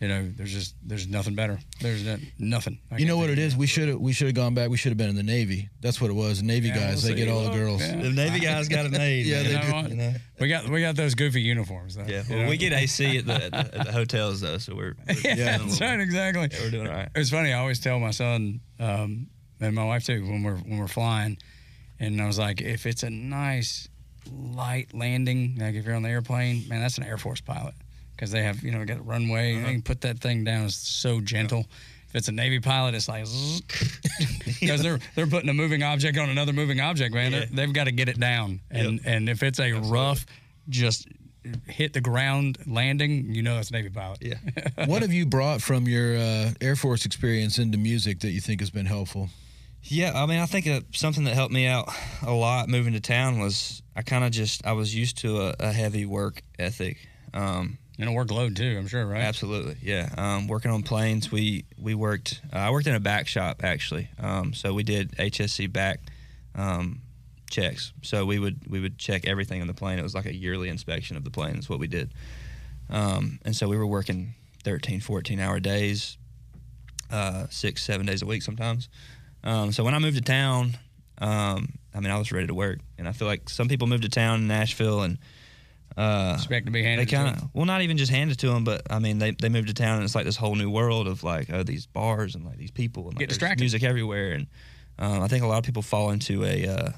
you know there's just there's nothing better. There's no, nothing. I
you know
can't
what
think
it
of
is. We should we should have gone back. We should have been in the Navy. That's what it was. Navy
Yeah,
guys,
we'll
they get
see.
all the girls.
Yeah.
The Navy guys got a name.
Yeah,
man.
they
You know what?
You know?
We got we got those goofy uniforms. Though,
Yeah.
you
Well,
know?
we get AC at the, at the, at the hotels though, so we're, we're
Yeah,
doing a
that's
little-
right. Exactly.
yeah, we're doing all right.
It's funny. I always tell my son um, and my wife too when we're when we're flying, and I was like, if it's a nice light landing, like if you're on the airplane, man, that's an Air Force pilot because they have you know got a runway.
Uh-huh.
They can put that thing down. It's so gentle. If it's a Navy pilot, it's like because they're they're putting a moving object on another moving object, man. They're- They've got to get it down. And and if it's a rough, just hit the ground landing, you know it's a Navy pilot.
Yeah.
what have you brought from your uh, Air Force experience into music that you think has been helpful?
Yeah, I mean, I think uh, something that helped me out a lot moving to town was I kind of just I was used to a, a heavy work ethic. Um,
And a workload too, I'm sure, right?
absolutely, yeah. Um, working on planes, we we worked. Uh, I worked in a back shop actually, um, so we did HSC back um, checks. So we would we would check everything on the plane. It was like a yearly inspection of the plane. That's what we did. Um, and so we were working 13, 14 hour days, uh, six, seven days a week sometimes. Um, so when I moved to town, um, I mean, I was ready to work. And I feel like some people move to town in Nashville and uh,
Expect to be handed
They
to
kind of, well, not even just handed to them, but I mean, they, they moved to town and it's like this whole new world of like, oh, these bars and like these people and like
Get
there's
distracted.
music everywhere. And um, I think a lot of people fall into a, uh,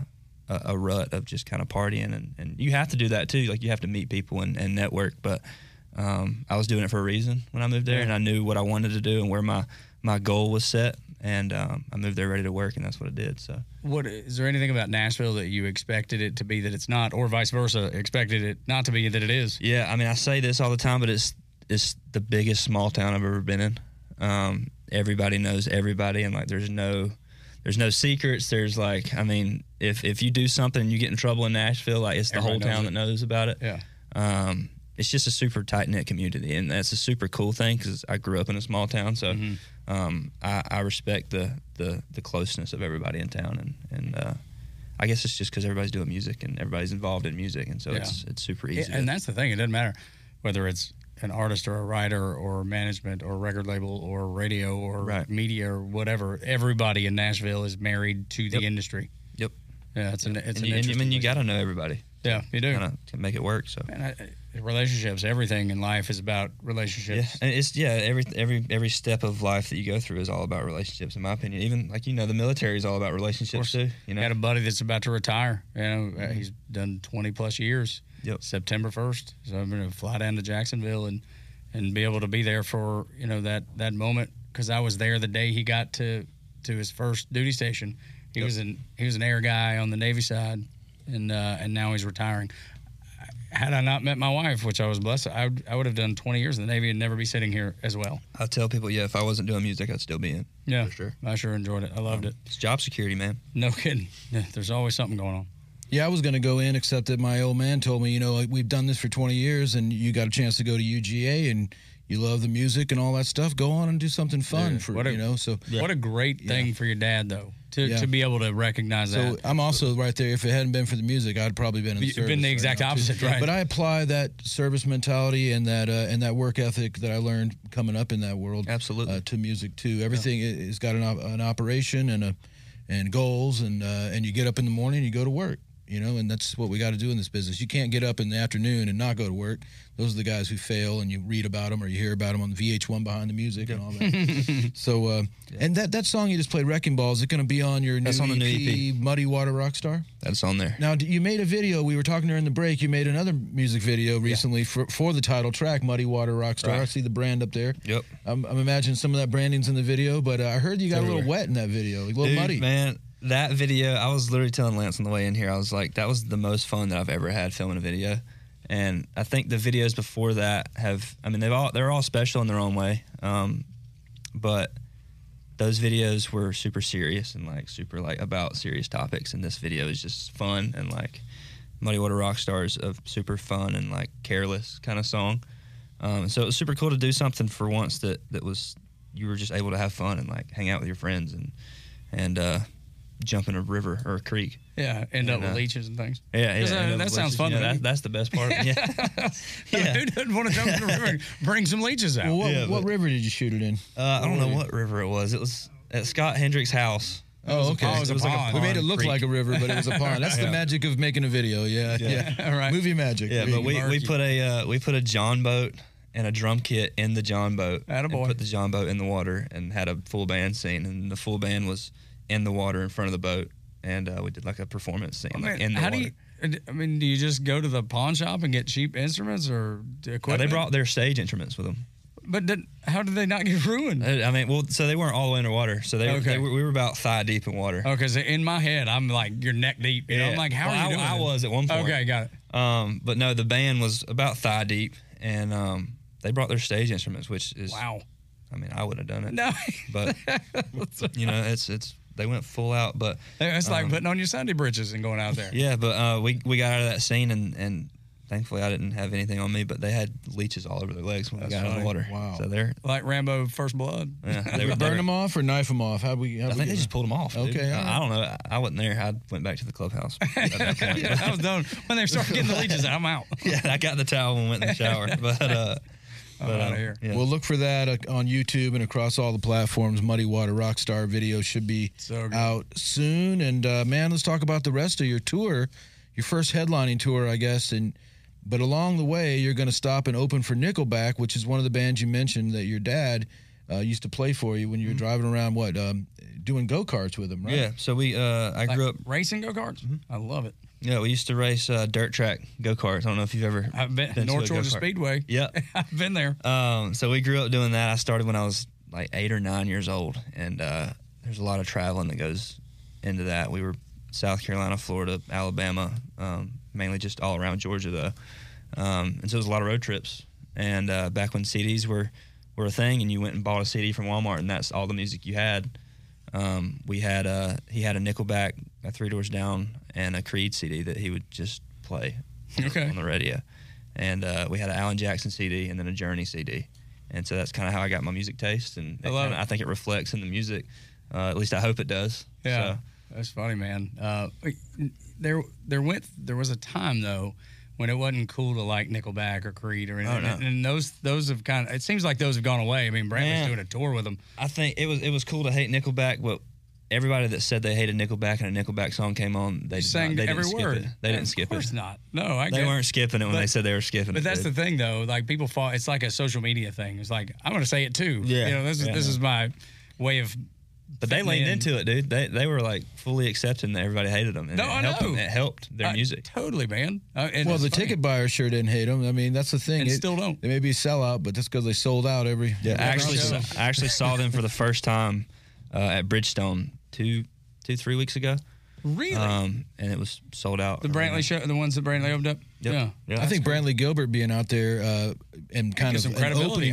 a, a rut of just kind of partying. And, and you have to do that too. Like, you have to meet people and, and network. But um, I was doing it for a reason when I moved there, and I knew what I wanted to do and where my my goal was set. And um, I moved there ready to work, and that's what I did. So
What is there anything about Nashville that you expected it to be that it's not, or vice versa, expected it not to be that it is?
yeah, I mean, I say this all the time, but it's it's the biggest small town I've ever been in. Um, everybody knows everybody, and like there's no there's no secrets. There's like, I mean, if if you do something and you get in trouble in Nashville, like it's the
Everybody
whole
knows
town
it.
that knows about it.
Yeah.
um, it's just a super tight knit community, and that's a super cool thing because I grew up in a small town, so
Mm-hmm.
um, I, I respect the, the the closeness of everybody in town, and and uh, I guess it's just because everybody's doing music and everybody's involved in music, and so it's it's super easy.
and that's the thing. It doesn't matter whether it's an artist or a writer or management or record label or radio or
Right.
media or whatever. Everybody in Nashville is married to the industry.
yep.
Yeah, it's an it's
And
an
you, and you, I
interesting
mean, you
place.
got to know everybody.
yeah you do.
Kind of make it work. So
And I, relationships, everything in life is about
yeah,
relationships.
and it's yeah. Every every every step of life that you go through is all about relationships, in my opinion. Even like you know, the military is all about relationships too. You know,
Got a buddy that's about to retire. You know, uh, he's done twenty plus years.
Yep.
September first, so I'm going to fly down to Jacksonville and and be able to be there for you know that that moment because I was there the day he got to to his first duty station. He was an he was an air guy on the Navy side, and uh, and now he's retiring. Had I not met my wife, which I was blessed, I would, I would have done 20 years in the Navy and never be sitting here as well.
I tell people, yeah, if I wasn't doing music, I'd still be in.
Yeah,
for sure.
I sure enjoyed it. I loved it.
It's job security, man.
No kidding. Yeah, There's always something going on.
Yeah, I was going to go in, except that my old man told me, you know, like, we've done this for 20 years, and you got a chance to go to UGA, and you love the music and all that stuff. Go on and do something fun for
what a-
you know. So,
What a great thing for your dad, though, to,
Yeah.
to be able to recognize
so
that.
I'm also right there. If it hadn't been for the music, I'd probably been in the
You've been
service
the
right
exact
now, too.
opposite, right.
But I apply that service mentality and that uh, and that work ethic that I learned coming up in that world
Absolutely.
uh, to music too. Everything i has got an, op- an operation and a and goals and uh, and you get up in the morning, and you go to work. You know, and that's what we got to do in this business. You can't get up in the afternoon and not go to work. Those are the guys who fail, and you read about them or you hear about them on VH1 behind the music and all that. so, uh, and that, that song you just played, "Wrecking Ball," is it going to be on your
That's
new, E
on the new E EP.
"Muddy Water Rockstar"?
That's on there.
Now, d- you made a video. We were talking during the break. You made another music video recently for, for the title track, Muddy Water Rockstar. I see the brand up there.
Yep.
I'm, I'm imagining some of that branding's in the video, but uh, I heard you got a little wet in that video, a little
Dude,
muddy.
man, that video, I was literally telling Lance on the way in here, I was like, that was the most fun that I've ever had filming a video. And I think the videos before that have, I mean, they've all, they're all special in their own way. Um, but those videos were super serious and like super like about serious topics. And this video is just fun and like Muddy Water Rockstars, a super fun and like careless kind of song. Um, so it was super cool to do something for once that, that was, you were just able to have fun and like hang out with your friends and, and, uh, jump in a river or a creek.
Yeah, end up with
uh,
leeches and things.
Yeah, yeah.
'Cause, uh,
and
that
those
sounds
leeches,
fun
you know,
to me.
that- that's the best part. Yeah.
Who doesn't want to jump in the river and bring some leeches out?
Well, what,
Yeah,
what river did you shoot it in?
Uh, I don't know what river it was. It was at Scott Hendrick's house.
Oh, okay.
pond. It was like a
we made it
pond
look
creek.
like a river, but it was a pond. That's the magic of making a video. Yeah, yeah.
All right.
Movie magic.
Yeah, but we, we
murky.
put a uh, we put a john boat and a drum kit in the john boat. and
Attaboy.
Put the john boat in the water and had a full band scene, and the full band was in the water in front of the boat, and uh, we did like a performance scene like,
Oh, Man,
in the
how
water.
do you? I mean, do you just go to the pawn shop and get cheap instruments or
Now,
equipment?
they brought their stage instruments with them.
but did, how did they not get ruined?
Uh, I mean, well, so they weren't all the way underwater, so they,
Oh, Okay.
they were, we were about thigh deep in water.
Oh, because in my head, I'm like, you're neck deep. You know, I'm
Yeah.
like, how
Well,
are you
I,
doing?
I was at one point.
Okay, got it.
Um, but no, the band was about thigh deep, and um, they brought their stage instruments, which is
Wow.
I mean, I would have done it.
No,
but you know, it's it's they went full out. But
it's like putting on your Sunday britches and going out there.
Um, yeah, but uh, we we got out of that scene, and and thankfully I didn't have anything on me, but they had leeches all over their legs when we got out of the water.
Wow.
So they're
Like Rambo First Blood.
yeah, they were
Burn
burning.
them off or knife them off? How we? How
I think they just pulled them off. dude.
Okay, all
I, I don't know. I, I wasn't there. I went back to the clubhouse. at that point.
Yeah, I was done. When they started getting the leeches out, I'm out.
yeah, I got the towel and went in the shower. But uh,
I'm
but,
out
uh,
of here.
yeah.
We'll look for that uh, on YouTube and across all the platforms. Muddy Water Rockstar video should be
So good.
out soon. And uh, man, let's talk about the rest of your tour, your first headlining tour, I guess. And but along the way, you're going to stop and open for Nickelback, which is one of the bands you mentioned that your dad uh, used to play for you when
Mm-hmm.
you were driving around. What um, doing go karts with him, right?
yeah. So we uh, I grew up Mm-hmm.
Racing go karts. I love it.
Yeah, we used to race uh, dirt track go karts. I don't know if you've ever
I've been,
to
North
a
Georgia
go-kart.
Speedway.
Yep.
I've been there.
Um, so we grew up doing that. I started when I was like eight or nine years old, and uh, there's a lot of traveling that goes into that. We were South Carolina, Florida, Alabama, um, mainly just all around Georgia though, um, and so it was a lot of road trips. And uh, back when CDs were were a thing, and you went and bought a CD from Walmart, and that's all the music you had. Um, we had uh, he had a Nickelback, a Three Doors Down, and a Creed CD that he would just play
Okay.
on the radio. And uh, we had an Alan Jackson CD and then a Journey CD. And so that's kind of how I got my music taste. And it
I love
kinda-
it.
I think it reflects in the music. Uh, at least I hope it does.
Yeah,
So,
that's funny, man. Uh, there, there went, there was a time though when it wasn't cool to like Nickelback or Creed or anything.
Oh, no.
and, and those, those have kind of. It seems like those have gone away. I mean, Brandon's
Man.
doing a tour with them.
I think it was it was cool to hate Nickelback, but everybody that said they hated Nickelback and a Nickelback song came on, they,
They
did
sang
not, they
every
didn't
word.
skip it. They didn't skip
Of course
it.
not. No, I.
They
get-
weren't skipping it when they said they were skipping it.
But that's the
dude.
thing, though. Like people fall. It's like a social media thing. It's like I'm going to say it too.
Yeah.
You know, this is
Yeah.
this is my way of.
but they
fitting
leaned
in.
into it, dude. They they were like fully accepting that everybody hated them. And
No,
it
I
helped
know.
Them. It helped their
Uh,
music.
Totally, man. Uh, and
Well,
it's
the
funny.
ticket buyer sure didn't hate them. I mean, that's the thing.
And still don't.
They may be a sellout, but that's because they sold out every.
I actually,
Bronco.
saw, I actually saw them for the first time uh, at Bridgestone two, two, three weeks ago,
Really.
um, and it was sold out.
the Brantley show, the ones that Brantley opened up.
Yep.
Yeah.
Yeah.
I think Brantley Gilbert being out there uh, and kind
gives
of an
them credibility,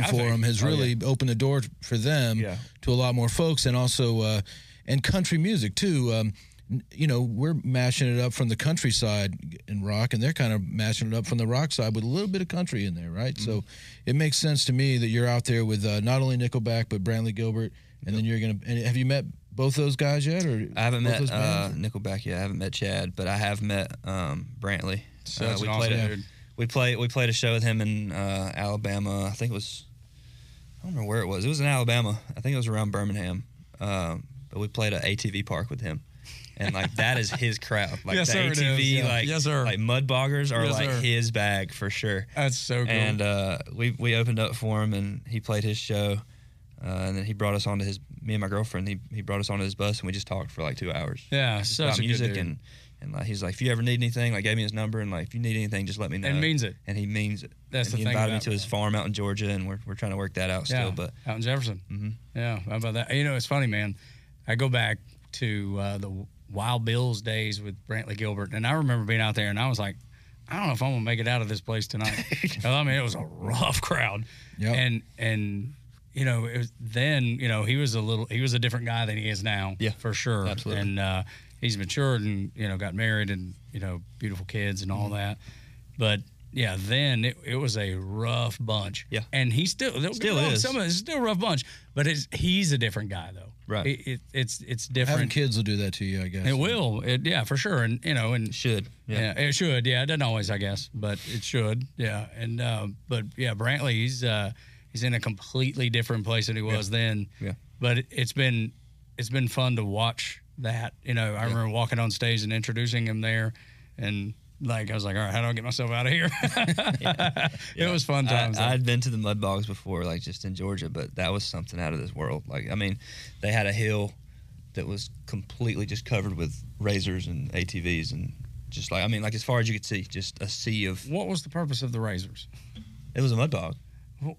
opening
I
for
think.
them has really opened the door for them
Oh, Yeah.
to a lot more folks, and also uh, and country music too. Um, n- you know, we're mashing it up from the countryside in rock, and they're kind of mashing it up from the rock side with a little bit of country in there, right? So
Mm-hmm.
it makes sense to me that you're out there with uh, not only Nickelback but Brantley Gilbert, and then you're gonna. And have you met both those guys yet? Or
I haven't
both
met
those
uh,
bands?
Nickelback yet. I haven't met Chad, but I have met um, Brantley.
So
Uh,
that's
we
an
played
awesome
a,
dude.
we played we played a show with him in uh, Alabama. I think it was I don't remember where it was. It was in Alabama. I think it was around Birmingham. Um, but we played at ATV park with him. And like that is his crowd. Like
Yes,
the
sir, it
ATV
is, yeah.
like
Yes, sir.
like mud boggers are
Yes,
like
sir.
his bag for sure.
That's so cool.
And uh, we we opened up for him, and he played his show, uh, and then he brought us onto his me and my girlfriend. He he brought us onto his bus, and we just talked for like two hours.
Yeah,
just
such
about
a good
music
dude.
and and like he's like, if you ever need anything, like gave me his number, and like if you need anything, just let me know.
And means it.
And he means it.
That's
and
the
he
thing
invited me
about
to his
him.
farm out in Georgia, and we're we're trying to work that out still.
yeah,
But
out in Jefferson. Mm-hmm. Yeah, how about that? You know, it's funny, man. I go back to uh, the Wild Bills days with Brantley Gilbert, and I remember being out there, and I was like, I don't know if I'm gonna make it out of this place tonight. I mean, it was a rough crowd,
Yep.
and and you know, it was, then you know he was a little, he was a different guy than he is now,
Yeah.
for sure,
Absolutely.
And uh, he's matured, and you know, got married, and you know, beautiful kids, and
Mm-hmm.
all that. But yeah, then it, it was a rough bunch.
Yeah.
and he still don't get me
Still
wrong,
is.
Some of it's still a rough bunch, but it's, he's a different guy though.
Right.
It, it, it's it's
Having
different.
kids will do that to you, I guess.
It will. It, yeah, for sure. And you know, and
Should. Yeah.
yeah. it should. Yeah, it doesn't always, I guess, but it should. Yeah, and uh, but yeah, Brantley, he's uh, he's in a completely different place than he was then.
Yeah.
But it, it's been it's been fun to watch that. You know, I remember walking on stage and introducing him there, and like I was like, all right, how do I get myself out of here? It was fun times.
I, I'd been to the mud bogs before, like just in Georgia, but that was something out of this world. Like, I mean, they had a hill that was completely just covered with razors and ATVs and just like, I mean, like as far as you could see, just a sea of.
what was the purpose of the razors?
It was a mud bog.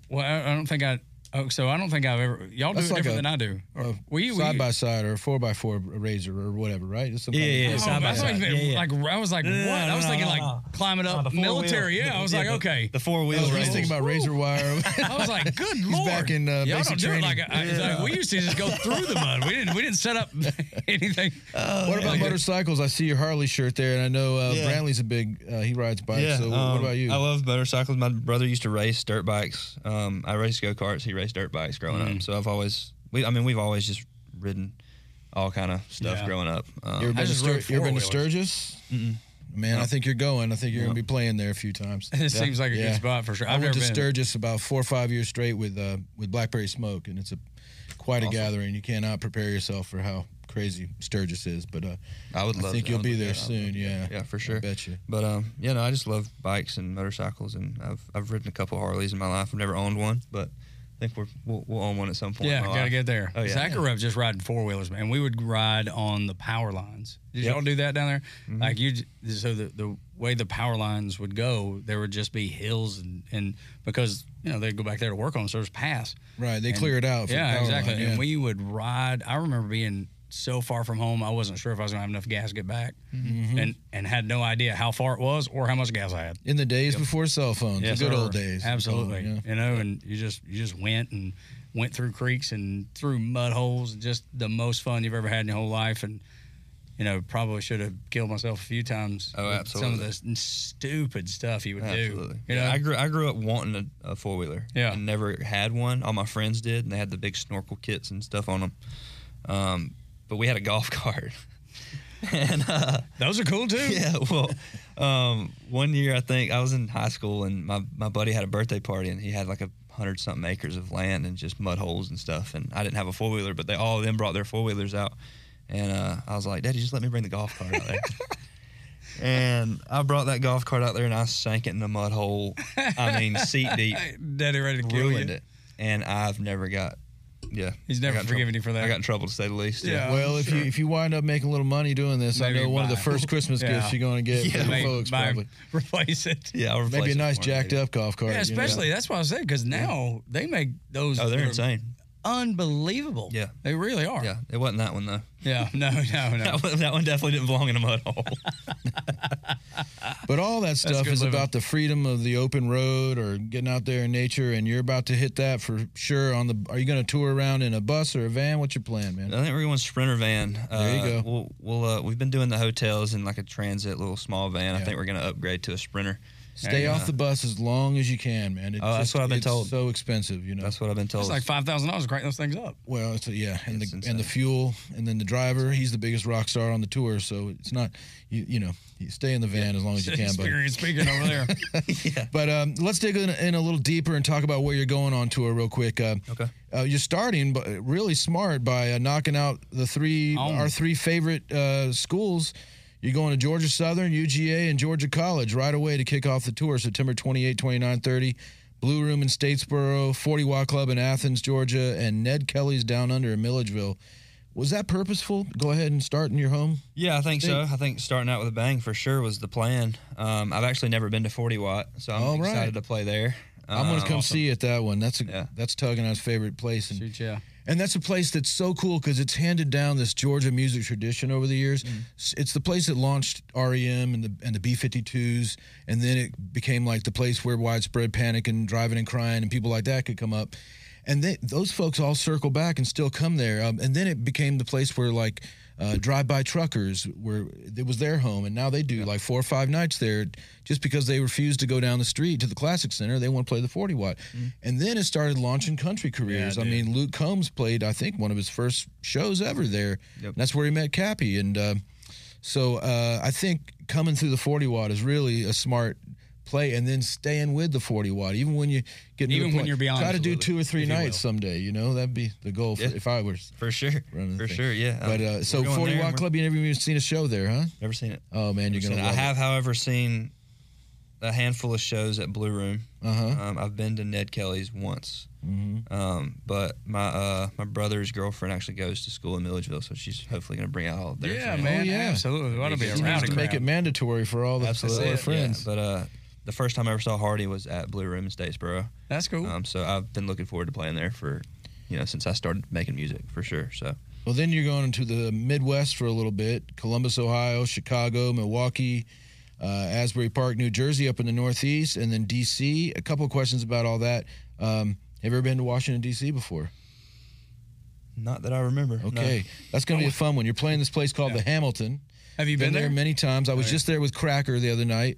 Well, I, I don't think I. Oh, so I don't think I've ever. Y'all do it
That's like
different
a-
than I do. Or,
A
we, we-
side by side or a four by four razor or whatever, right? It's some kind of-
yeah,
Oh,
yeah. Side by
that's what
side.
I meant.
Yeah, yeah.
Like I was like,
No, no,
what?
no,
I was
no,
thinking
no,
like
no.
climbing up military. Yeah, I was like, okay.
The four
I
wheels.
was just thinking about razor wire.
I was like, good lord.
back in, uh,
Y'all
basic
don't do it like,
training.
I, I- like, we used to just go through the mud. We didn't. We didn't set up anything.
Uh, what about motorcycles? I see your Harley shirt there, and I know uh,
Yeah.
Brantley's a big. Uh, he rides bikes. so
um,
what about you?
I love motorcycles. My brother used to race dirt bikes. Um, I raced go karts. He raced dirt bikes growing
Mm.
up. So I've always, we, I mean, we've always just ridden all kind of stuff
Yeah.
growing up. Um,
you ever been, to,
just
Stur-
rode
you ever been to
four-wheelers.
Sturgis? Man, I think you're going. I think you're going to be playing there a few times.
It seems like a
Yeah.
good spot for sure.
I
I've
went to
never been.
Sturgis about four or five years straight with uh, with Blackberry Smoke, and it's a quite a gathering. You cannot prepare yourself for how crazy Sturgis is, but uh,
I would love.
I think
to-
you'll be
would-
there
yeah, I would-
soon. Yeah,
Yeah, for
I
sure.
bet you.
But um, yeah, no, I just love bikes and motorcycles, and I've I've ridden a couple Harleys in my life. I've never owned one, but I think we're we'll, we'll own one at some point.
Yeah,
in my
gotta
life.
get there.
Oh, yeah.
Zach grew up just riding four wheelers, man. We would ride on the power lines. Did y'all do that down there?
Mm-hmm.
Like you, j- so the, the way the power lines would go, there would just be hills, and, and because you know they'd go back there to work on, so there's paths.
Right, they clear it out. for the
yeah,
power
exactly.
line, yeah.
And we would ride. I remember being so far from home, I wasn't sure if I was gonna have enough gas to get back,
Mm-hmm.
and and had no idea how far it was or how much gas I had.
in the days before cell phones,
Yes,
the good
sir.
old days. The good old-
Absolutely.
Oh,
yeah.
You know, and you just you just went and went through creeks and through mud holes, just the most fun you've ever had in your whole life and you know, probably should have killed myself a few times.
Oh,
with Some
absolutely.
of the s- stupid stuff you would
Absolutely.
do. You know,
yeah, I grew I grew up wanting a, a four wheeler.
Yeah.
And never had one. All my friends did, and they had the big snorkel kits and stuff on them. Um, but we had a golf cart. and uh,
those are cool too.
yeah, well, um, one year I think I was in high school and my, my buddy had a birthday party and he had like a hundred something acres of land and just mud holes and stuff. And I didn't have a four wheeler, but they all of them brought their four wheelers out. And uh, I was like, Daddy, just let me bring the golf cart out there. and I brought that golf cart out there and I sank it in the mud hole. I mean, seat deep,
Daddy ready to kill
ruined
you.
it. And I've never got, yeah.
He's
I
never
got in
forgiven
trouble.
you for that.
I got in trouble to say the least.
Yeah.
Well, if you if you wind up making a little money doing this, I
Maybe
know one of the
buy-
first Christmas
Yeah.
gifts you're going to get
Yeah,
from
may-
folks
may
probably.
replace it.
Yeah. I'll replace
Maybe
it
a nice
for him,
jacked
maybe.
up golf cart.
Yeah,
you know?
especially that's why I said because now they make those.
Oh, they're insane.
Unbelievable.
Yeah.
they really are.
Yeah, it wasn't that one though.
yeah. No, no, no.
That one, that one definitely didn't belong in a mud hole.
But all that stuff
good
is
living.
about the freedom of the open road or getting out there in nature, and you're about to hit that for sure. On the, are you going to tour around in a bus or a van? What's your plan, man?
I think we're going Sprinter van. Uh,
There you
We'll, we'll uh, we've been doing the hotels in like a transit little small van. I think we're going to upgrade to a Sprinter.
Stay off the bus as long as you can, man. It
Oh, that's what I've been
it's
told.
So expensive, you know.
That's what I've been told.
It's like five thousand dollars to crank those things up.
well, it's yeah, and
It's
the and the fuel, and then the driver. He's the biggest rock star on the tour, so it's not you. You know, you stay in the van as long as you can. buddy.
Experience speaking over there.
But um, let's dig in, in a little deeper and talk about where you're going on tour real quick. Uh, okay. Uh, you're starting, but really smart by uh, knocking out the three our three favorite uh, schools. You're going to Georgia Southern, UGA, and Georgia College right away to kick off the tour, September 28, 29, 30. Blue Room in Statesboro, 40 Watt Club in Athens, Georgia, and Ned Kelly's Down Under in Milledgeville. Was that purposeful? Go ahead and start in your home.
yeah, I think so. I think starting out with a bang for sure was the plan. Um, I've actually never been to 40 watt, so I'm
All right.
excited to play there.
I'm going
Um,
to come see you at that one. That's a,
Yeah.
that's Tug and I's favorite place. And
Shoot, yeah.
And that's a place that's so cool because it's handed down this Georgia music tradition over the years. S- It's the place that launched REM and the and the B52s, and then it became like the place where widespread panic and driving and crying and people like that could come up. And they, those folks all circle back and still come there. Um, and then it became the place where like uh, drive-by truckers were it was their home, and now they do like four or five nights there just because they refused to go down the street to the Classic Center. They want to play the 40 watt,
Mm-hmm.
and then it started launching country careers. I mean, Luke Combs played I think one of his first shows ever there. And that's where he met Cappy, and uh, so uh, I think coming through the 40 watt is really a smart play, and then staying with the 40 watt even when you get
Even when you're beyond,
Try to do
absolutely,
two or three nights someday. You know that'd be the goal for, if I were
for sure,
running. the
for
thing.
sure, yeah.
But
Um,
uh,
we're
so
going
40
there,
Watt
we're-
Club, you never even seen a show there, huh?
Never seen it.
Oh man, you're gonna.
I
Love it.
have, however, seen a handful of shows at Blue Room.
Uh-huh. Mm-hmm.
Um, I've been to Ned Kelly's once, um, but my uh, my brother's girlfriend actually goes to school in Milledgeville, so she's hopefully going to bring out all their
Yeah,
friends.
man.
Oh, yeah.
Absolutely. We want to be
He
You
around
have
a
to make it
crowd.
mandatory for all the
Absolutely,
all our
yeah.
friends.
But uh, the first time I ever saw Hardy was at Blue Room in Statesboro.
That's cool.
Um, so I've been looking forward to playing there for, you know, since I started making music for sure. So
Well, then you're going into the Midwest for a little bit: Columbus, Ohio, Chicago, Milwaukee, uh, Asbury Park, New Jersey, up in the Northeast, and then D.C. A couple of questions about all that. Um, have you ever been to Washington D.C. before?
not that I remember. no.
Okay, that's gonna be a fun one. You're playing this place called the Hamilton.
Have you been, there? Oh,
many times. I was just there with Cracker the other night.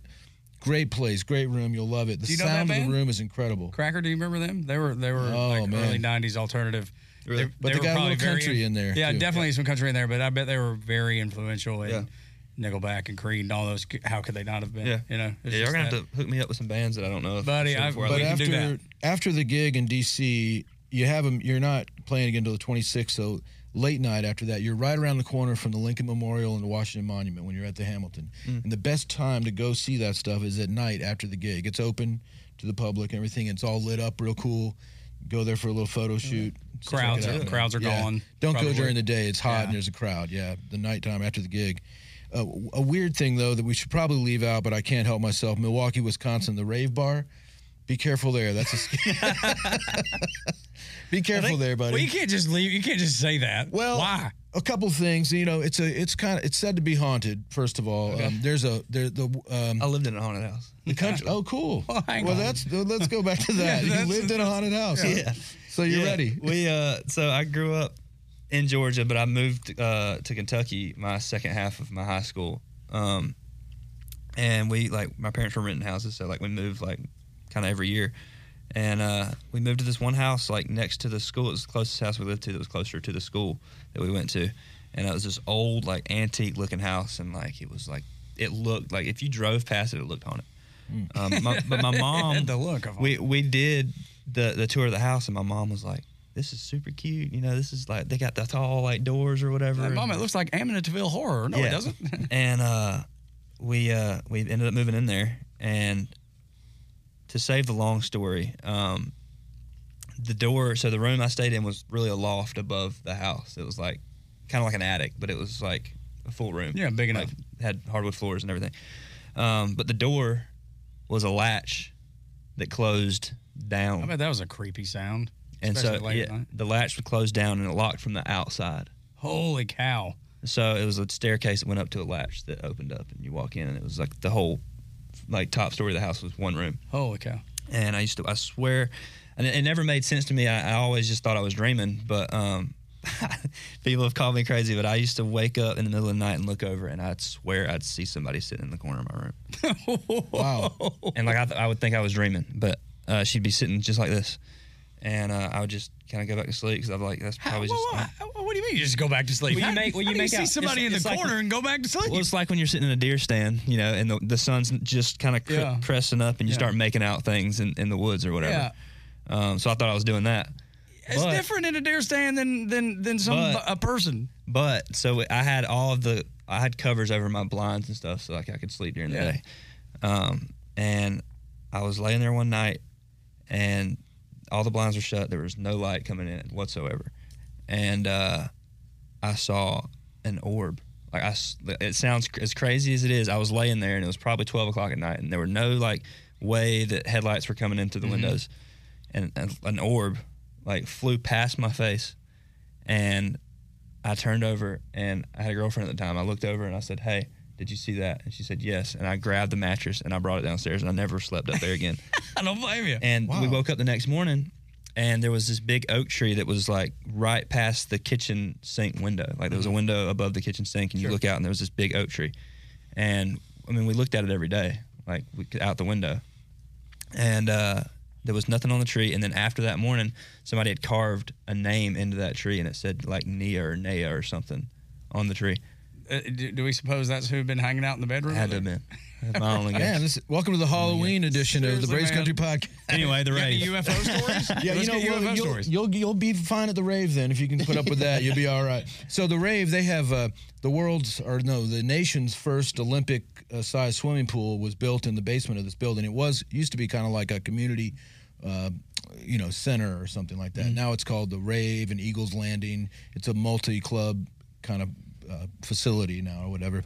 Great place, great room. You'll love it. The
Do you know that
sound of the
band?
room is incredible.
Cracker, do you remember them? They were they were
Oh,
like
man.
early '90s alternative.
Really?
They-
But they
were
got a
probably
little
very
country in there,
Yeah,
too.
definitely some country in there, but I bet they were very influential in
Yeah.
Nickelback and Creed and all those. How could they not have been?
Yeah.
you know, it's
Yeah, you're
just
gonna
that.
have to hook me up with some bands that I don't know.
Buddy,
sure,
I've-
before I
but
leave.
we can do
after
that.
after the gig in DC, you have them. You're not playing again until the 26th. So late night after that, you're right around the corner from the Lincoln Memorial and the Washington Monument when you're at the Hamilton.
Hmm.
And the best time to go see that stuff is at night after the gig. It's open to the public. and Everything. It's all lit up, real cool. Go there for a little photo shoot. Check it
Crowds are-
out.
crowds are
Yeah.
gone,
Don't
probably.
go during the day. It's hot
Yeah.
and there's a crowd. Yeah, the nighttime after the gig. Uh, a weird thing though that we should probably leave out, but I can't help myself. Milwaukee, Wisconsin, the rave bar. Be careful there. That's a. Be careful there, buddy.
Well, you can't just leave. You can't just say that.
Well,
why?
A couple things. You know, it's a. It's kind of. It's said to be haunted. First of all, um, there's a. There the. Um,
I lived in a haunted house.
the country. Oh, cool. Well,
Oh, hang on.
that's. Let's go back to that. you
that's-
lived in a haunted house. Yeah. So you're
Yeah,
ready.
We uh, so I grew up in Georgia, but I moved uh, to Kentucky my second half of my high school. Um, and we like my parents were renting houses, so like we moved like kind of every year. And uh, we moved to this one house like next to the school. It was the closest house we lived to that was closer to the school that we went to. And it was this old like antique looking house, and like it was like it looked like if you drove past it, it looked haunted. Um, my, but my mom,
The look of
we we did the the tour of the house, and my mom was like, "This is super cute. You know, this is like they got the tall like doors or whatever."
Hey,
and-
Mom, it looks like Amityville horror. No, it doesn't.
and uh, we uh, we ended up moving in there, and to save the long story, um, the door. So the room I stayed in was really a loft above the house. It was like kind of like an attic, but it was like a full room.
Yeah, big enough.
Like, had hardwood floors and everything. Um, but the door was a latch that closed down
I bet that was a creepy sound.
and so
especially late at
yeah,
night.
the latch would close down and it locked from the outside.
Holy cow!
So it was a staircase that went up to a latch that opened up, and you walk in, and it was like the whole, like top story of the house was one room.
Holy cow!
And I used to, I swear, and it, it never made sense to me. I, I always just thought I was dreaming, but um, people have called me crazy. But I used to wake up in the middle of the night and look over, and I'd swear I'd see somebody sitting in the corner of my room,
Wow.
and like I, th- I would think I was dreaming, but uh, she'd be sitting just like this, and uh, I would just kind of go back to sleep because I'm like that's
How,
probably
well,
just.
what, what do you mean? You just go back to sleep?
Well, you
How-
make- well,
how
you
do
make
see
out-
somebody
it's-
in
it's
the
like-
corner and go back to sleep.
Well, it's like when you're sitting in a deer stand, you know, and the, the sun's just kind of cre-
Yeah.
cresting up, and you start making out things in, in the woods or whatever. Um, so I thought I was doing that,
It's
But-
different in a deer stand than than than some
But-
a person.
but so I had all of the I had covers over my blinds and stuff, so like I could sleep during the
Yeah.
day. Um, and I was laying there one night, and all the blinds were shut. There was no light coming in whatsoever, and uh, I saw an orb. Like I, s- it sounds cr- as crazy as it is. I was laying there, and it was probably twelve o'clock at night, and there were no like way that headlights were coming in through the windows, and, and an orb like flew past my face and I turned over and I had a girlfriend at the time. I looked over and I said, "Hey, did you see that?" And she said, "Yes." And I grabbed the mattress and I brought it downstairs and I never slept up there again.
I don't blame you.
And we woke up the next morning and there was this big oak tree that was like right past the kitchen sink window. Like
Mm-hmm.
there was a window above the kitchen sink and you look out and there was this big oak tree. And I mean, we looked at it every day, like we, out the window. And uh, there was nothing on the tree. And then after that morning, somebody had carved a name into that tree and it said like Nia or Naya or something on the tree.
Uh, do, do we suppose that's who had been hanging out in the bedroom?
It had to have been. That's my only guess.
Man, this, welcome to the Halloween edition of the
Seriously,
Braves
man.
Country Podcast.
Anyway, the
Any
Rays.
UFO stories?
Yeah,
Let's
you know,
get
Will,
UFO
you'll,
stories.
you'll you'll be fine at the rave then if you can put up with that. You'll be all right. So the rave, they have uh, the world's or no, the nation's first Olympic-sized swimming pool was built in the basement of this building. It was used to be kind of like a community, uh, you know, center or something like that.
Mm.
Now it's called the Rave and Eagles Landing. It's a multi-club kind of uh, facility now or whatever.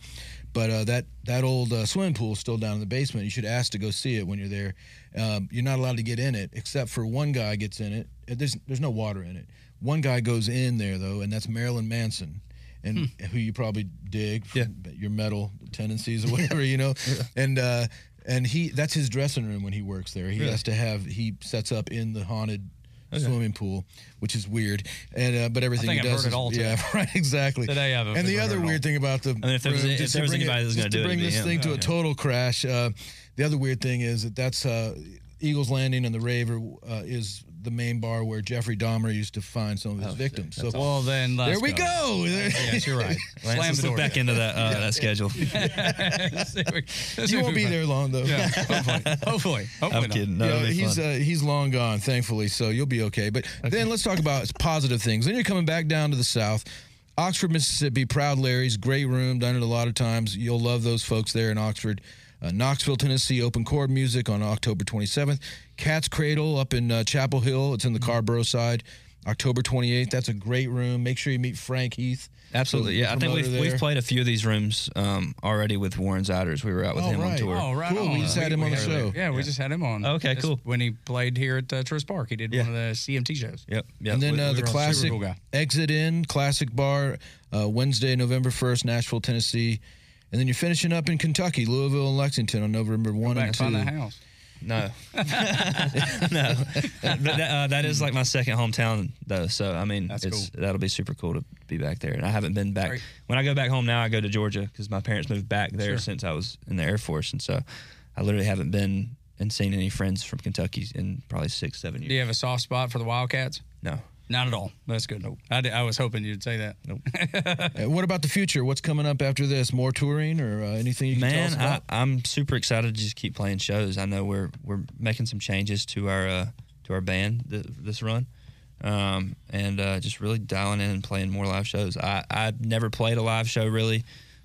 But uh, that that old uh, swimming pool is still down in the basement. You should ask to go see it when you're there. Um, you're not allowed to get in it except for one guy gets in it. Uh, There's there's no water in it. One guy goes in there though, and that's Marilyn Manson, and
Hmm.
who you probably dig from your metal tendencies or whatever you know. And uh, and he that's his dressing room when he works there. He has to have he sets up in the haunted. Swimming pool, which is weird, and uh, but everything
think
he
I've
does
heard it
is-
all today.
yeah, right, exactly.
Today I've
and the
heard
other
it all.
weird thing about the I
mean, if there was- if there was anybody that was gonna do it,
to bring
it'd
this
be him. Oh,
thing to a total crash. Uh, the other weird thing is that that's uh, Eagles Landing and the Rave are, uh, is the main bar where Jeffrey Dahmer used to find some of
Oh,
his victims. So
well, then let's
there we go.
Yes, you're right.
Lance,
Slam
let's
the door.
look back into that, uh, that schedule.
you
you won't be there long though.
Yeah, hopefully, hopefully, hopefully
I'm
not.
kidding. No,
Yeah,
it'll be
he's
fun.
uh, he's long gone, thankfully. So you'll be okay. But then let's talk about positive things. Then you're coming back down to the south, Oxford, Mississippi. Proud Larry's, great room. Done it a lot of times. You'll love those folks there in Oxford. Uh, Knoxville, Tennessee, open chord music on October 27th. Cat's Cradle up in uh, Chapel Hill. It's in the Carborough side. October 28th. That's a great room. Make sure you meet Frank Heath.
Absolutely,
the
yeah. I think
promoter
we've
there.
we've played a few of these rooms um, already with Warren Ziders. We were out with him on
right.
tour.
Oh, right.
Cool,
on.
we just had him on the show.
Yeah, we just had him on.
Okay,
That's
cool.
When he played here at uh, Truist Park, he did
Yeah.
one of the CMT shows.
Yep, yep.
And then
We-
uh,
we
the
were on
classic
Bowl guy.
Exit Inn Classic Bar, uh, Wednesday, November 1st, Nashville, Tennessee. And then you're finishing up in Kentucky, Louisville and Lexington on November 1
Back
and
to
2.
find that house.
No, no. But that, uh, that is like my second hometown, though. So I mean, it's that'll be super cool to be back there. And I haven't been back. When I go back home now, I go to Georgia because my parents moved back there since I was in the Air Force, and so I literally haven't been and seen any friends from Kentucky in probably six, seven years.
Do you have a soft spot for the Wildcats?
No.
Not at all. That's good. Nope. I, did- I was hoping you'd say that. Nope.
Uh, what about the future? What's coming up after this? More touring or uh, anything you can tell us
Man,
about?
I, I'm super excited to just keep playing shows. I know we're we're making some changes to our uh, to our band th- this run, um, and uh, just really dialing in and playing more live shows. I I never played a live show really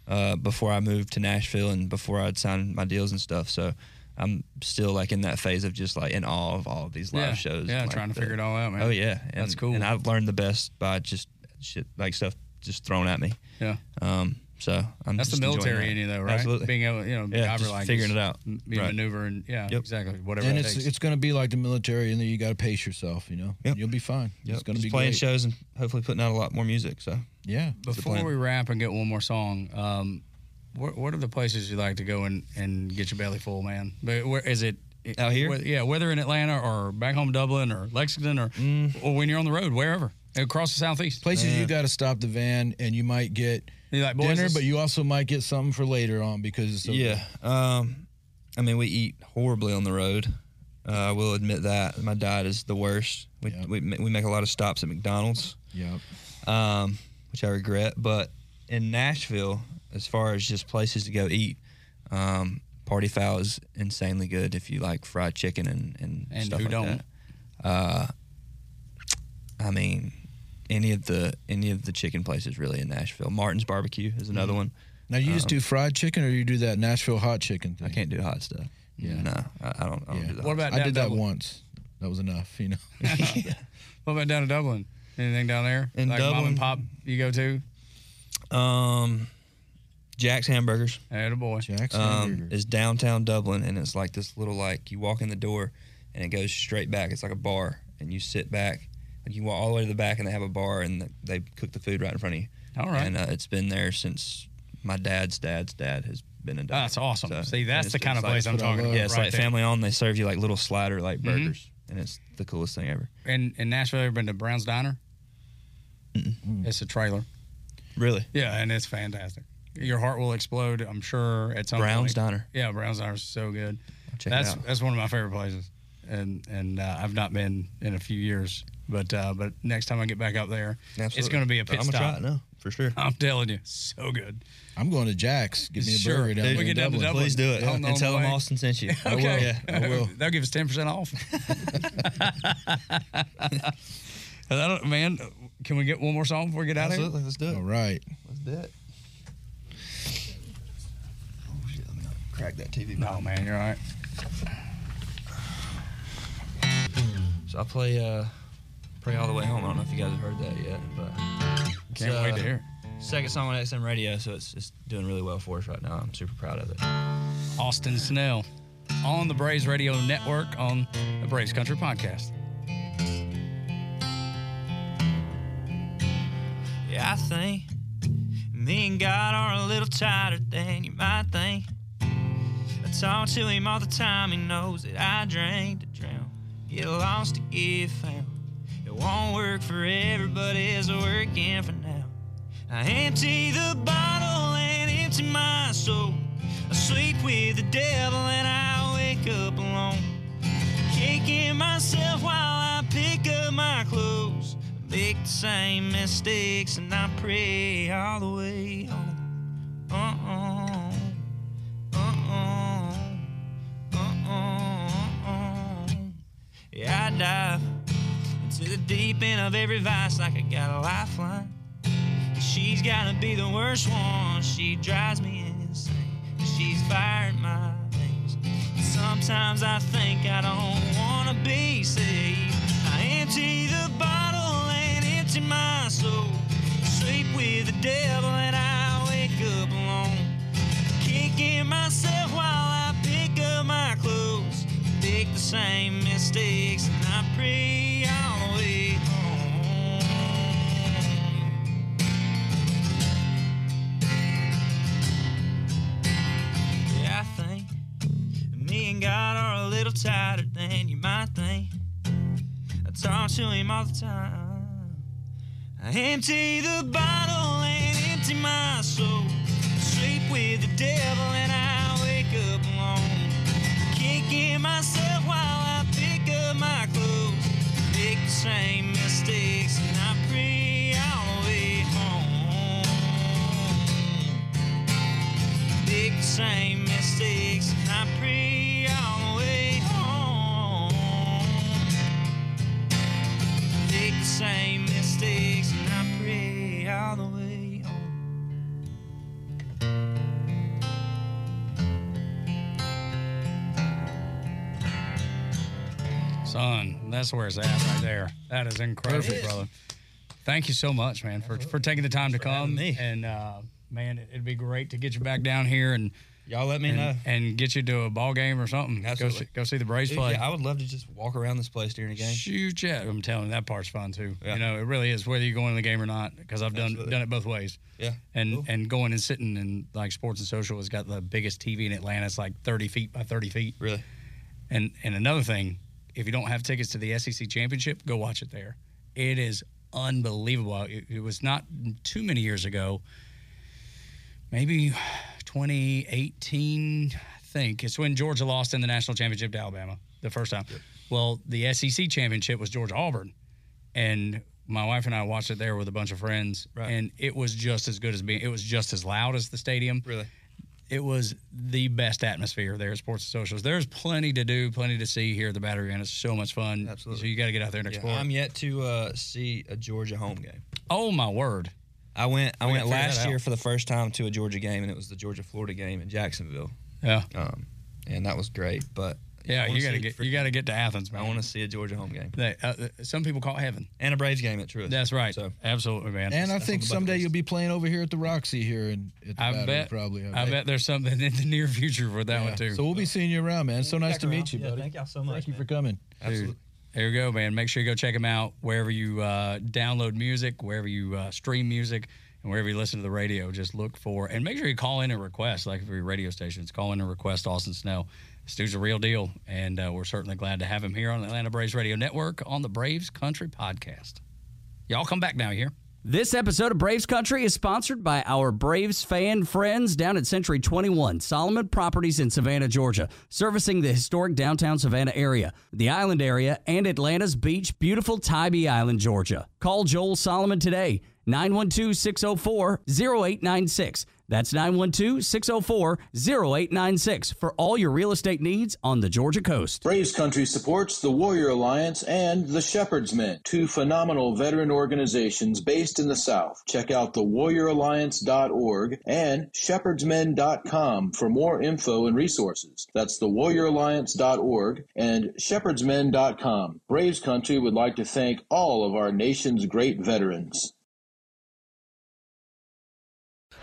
uh, before I moved to Nashville and before I'd signed my deals and stuff. So I'm still like in that phase of just like in awe of all of these live
Yeah.
shows.
Yeah,
Like,
trying to
the-
figure it all out, man.
Oh yeah, and,
That's cool.
And I've learned the best by just shit like stuff just thrown at me.
Yeah.
Um, so I'm
That's
just
the
enjoying
military
that.
in you, though, right?
Absolutely.
Being able, you know,
Yeah,
diver
just
like
figuring it out.
m- you
Right.
maneuver and yeah,
Yep.
exactly. Whatever.
and
it
it's
takes.
it's going to be like the military, and then you got to pace yourself, you know? You'll be fine. It's going to
Just
be
playing
great.
shows and hopefully putting out a lot more music. So
Yeah.
Before we wrap and get one more song, um, what, what are the places you like to go and, and get your belly full, man? But where is it?
Out here?
whe- yeah, whether in Atlanta or back home Dublin or Lexington or
Mm.
or when you're on the road, wherever across the southeast.
Places you got to stop the van, and you might get
You like, boys,
dinner,
let's-
but you also might get something for later on because it's so
yeah, um, I mean we eat horribly on the road. Uh, I will admit that my diet is the worst. We, we ma- we make a lot of stops at McDonald's,
Yep.
um, which I regret. But in Nashville, as far as just places to go eat, um, Party Fowl is insanely good if you like fried chicken and and,
And
stuff
who
like
don't?
that. Uh, I mean, any of the any of the chicken places really in Nashville. Martin's Barbecue is another one.
Now, you just do fried chicken, or you do that Nashville hot chicken thing?
I can't do hot stuff. Yeah. No, I, I don't. I don't do that.
What about
I
down
did that
Dublin?
once. That was enough, you know.
What about down in Dublin? Anything down there?
In
like mom
Dublin?
and pop you go to?
um, Jack's Hamburgers
Hey, the boy.
Jackson
um,
Burger.
is downtown Dublin, and it's like this little like you walk in the door, and it goes straight back. It's like a bar, and you sit back. Like you walk all the way to the back, and they have a bar, and they cook the food right in front of you.
All right.
And uh, it's been there since my dad's dad's dad has been a dad.
That's awesome. See,
and
that's
it's-
the kind
it's
of
like-
place I'm talking about.
Yeah, it's
right
like
there. Mm-hmm.
family owned. They serve you like little slider like burgers, and it's the coolest thing ever.
In, in Nashville, ever been to Brown's Diner? It's a trailer.
Really?
Yeah, and it's fantastic. Your heart will explode, I'm sure, at some
Brown's
point.
Diner.
Yeah, Brown's Diner is so good.
check it
that's
out.
that's one of my favorite places, and and uh, I've not been in a few years, but uh, but next time I get back up there, it's going to be a pit
I'm
stop.
Gonna try it, no, for sure.
I'm telling you, so good.
I'm going to Jack's. Give me a
Sure,
burger down
dude.
there
We
in
get down to
Dublin.
Dublin.
Please do it
Yeah. On the
and tell them
way.
Austin sent you. I will.
Okay.
Yeah, I will.
They'll give us ten percent off. I don't- man, can we get one more song before we get out of here?
Absolutely, let's do
All
it.
right.
Let's do it. Oh shit! Let me not crack that TV.
No, Oh, man, you're all right.
So I play uh, "Pray All the Way Home." I don't know if you guys have heard that yet, but
Can't
So-
wait to hear.
second song on XM Radio, so it's it's doing really well for us right now. I'm super proud of it.
it. Austin Snell on the Braves Radio Network on the Braves Country Podcast.
Yeah, I think me and God are a little tighter than you might think. I talk to him all the time, he knows that I drank to drown. Get lost to get found. It won't work forever, but it's working for now. I empty the bottle and empty my soul. I sleep with the devil and I wake up alone. Kicking myself while I pick up my clothes. Make the same mistakes and I pray all the way home. Uh-uh. Uh-uh. Uh-uh. Yeah, I dive into the deep end of every vice like I got a lifeline. She's gotta be the worst one. She drives me insane. She's fired my veins. Sometimes I think I don't wanna be saved. I empty the bottle and empty my soul. Sleep with the devil and I wake up alone. Kicking myself while I pick up my clothes. Pick the same mistakes and I pray all the way home. Yeah, I think me and God are a little tighter than you might think. I talk to him all the time. I empty the bottle and empty my soul. Sleep with the devil and I wake up alone. Kicking myself while I pick up my clothes. Make the same mistakes and I pray all the way home big same mistakes and I pray all the way home. Big same mistakes and I pray all the way home.
Son, that's where it's at right there. That is incredible, brother. Thank you so much, man, for, for taking the time to come.
me.
And, uh, man, it'd be great to get you back down here and
Y'all let me
and,
know.
and get you to a ball game or something. Go
Absolutely.
see, go see the Braves play.
I would love to just walk around this place during a game.
Shoot, yeah, I'm telling you, that part's fun too.
Yeah.
You know, it really is whether you're going to the game or not because I've done
Absolutely.
done it both ways.
Yeah,
and
cool.
and going and sitting in like sports and social has got the biggest TV in Atlanta. It's like 30 feet by 30 feet.
Really?
And and another thing, if you don't have tickets to the SEC championship, go watch it there. It is unbelievable. It, it was not too many years ago, maybe 2018, I think. It's when Georgia lost in the national championship to Alabama the first time. Well, the SEC championship was Georgia Auburn, and my wife and I watched it there with a bunch of friends,
Right.
and it was just as good as being. It was just as loud as the stadium
Really?
it was the best atmosphere there at Sports and Socials. There's plenty to do, plenty to see here at the Battery, and it's so much fun.
Absolutely.
So you got to get out there and explore.
I'm yet to uh, see a Georgia home game.
oh my word!
I went. I
We
went
gotta figure that
last
out.
year for the first time to a Georgia game, and it was the Georgia Florida game in Jacksonville,
Yeah,
um, and that was great. But I
yeah.
wanna
You got to
see-
get you got to get to Athens,
I
man.
want to see a Georgia home game
They- uh, uh, some people call it heaven.
and a Braves game at Truist.
That's right.
So
Absolutely, man.
And I think
That's on the bucket
someday
list.
you'll be playing over here at the Roxy here in at the
I
Battery,
bet
probably.
I bet there's something in the near future for that
Yeah.
one too.
So we'll be seeing you around, man. So nice to meet you, buddy.
y'all so
Thank you for coming.
Absolutely.
There you go, man. Make sure you go check them out wherever you uh, download music, wherever you uh, stream music, and wherever you listen to the radio. Just look for and make sure you call in and request, like for your radio stations, call in and request Austin Snell. This dude's a real deal, and uh, we're certainly glad to have him here on the Atlanta Braves Radio Network on the Braves Country Podcast. Y'all come back now here.
This episode of Braves Country is sponsored by our Braves fan friends down at Century 21, Solomon Properties in Savannah, Georgia, servicing the historic downtown Savannah area, the island area, and Atlanta's beach, beautiful Tybee Island, Georgia. Call Joel Solomon today, 912 604 0896. That's 912 604 0896 for all your real estate needs on the Georgia coast.
Braves Country supports the Warrior Alliance and the Shepherd's Men, two phenomenal veteran organizations based in the South. Check out the warrioralliance.org and shepherdsmen.com for more info and resources. That's the warrioralliance.org and shepherdsmen.com. Braves Country would like to thank all of our nation's great veterans.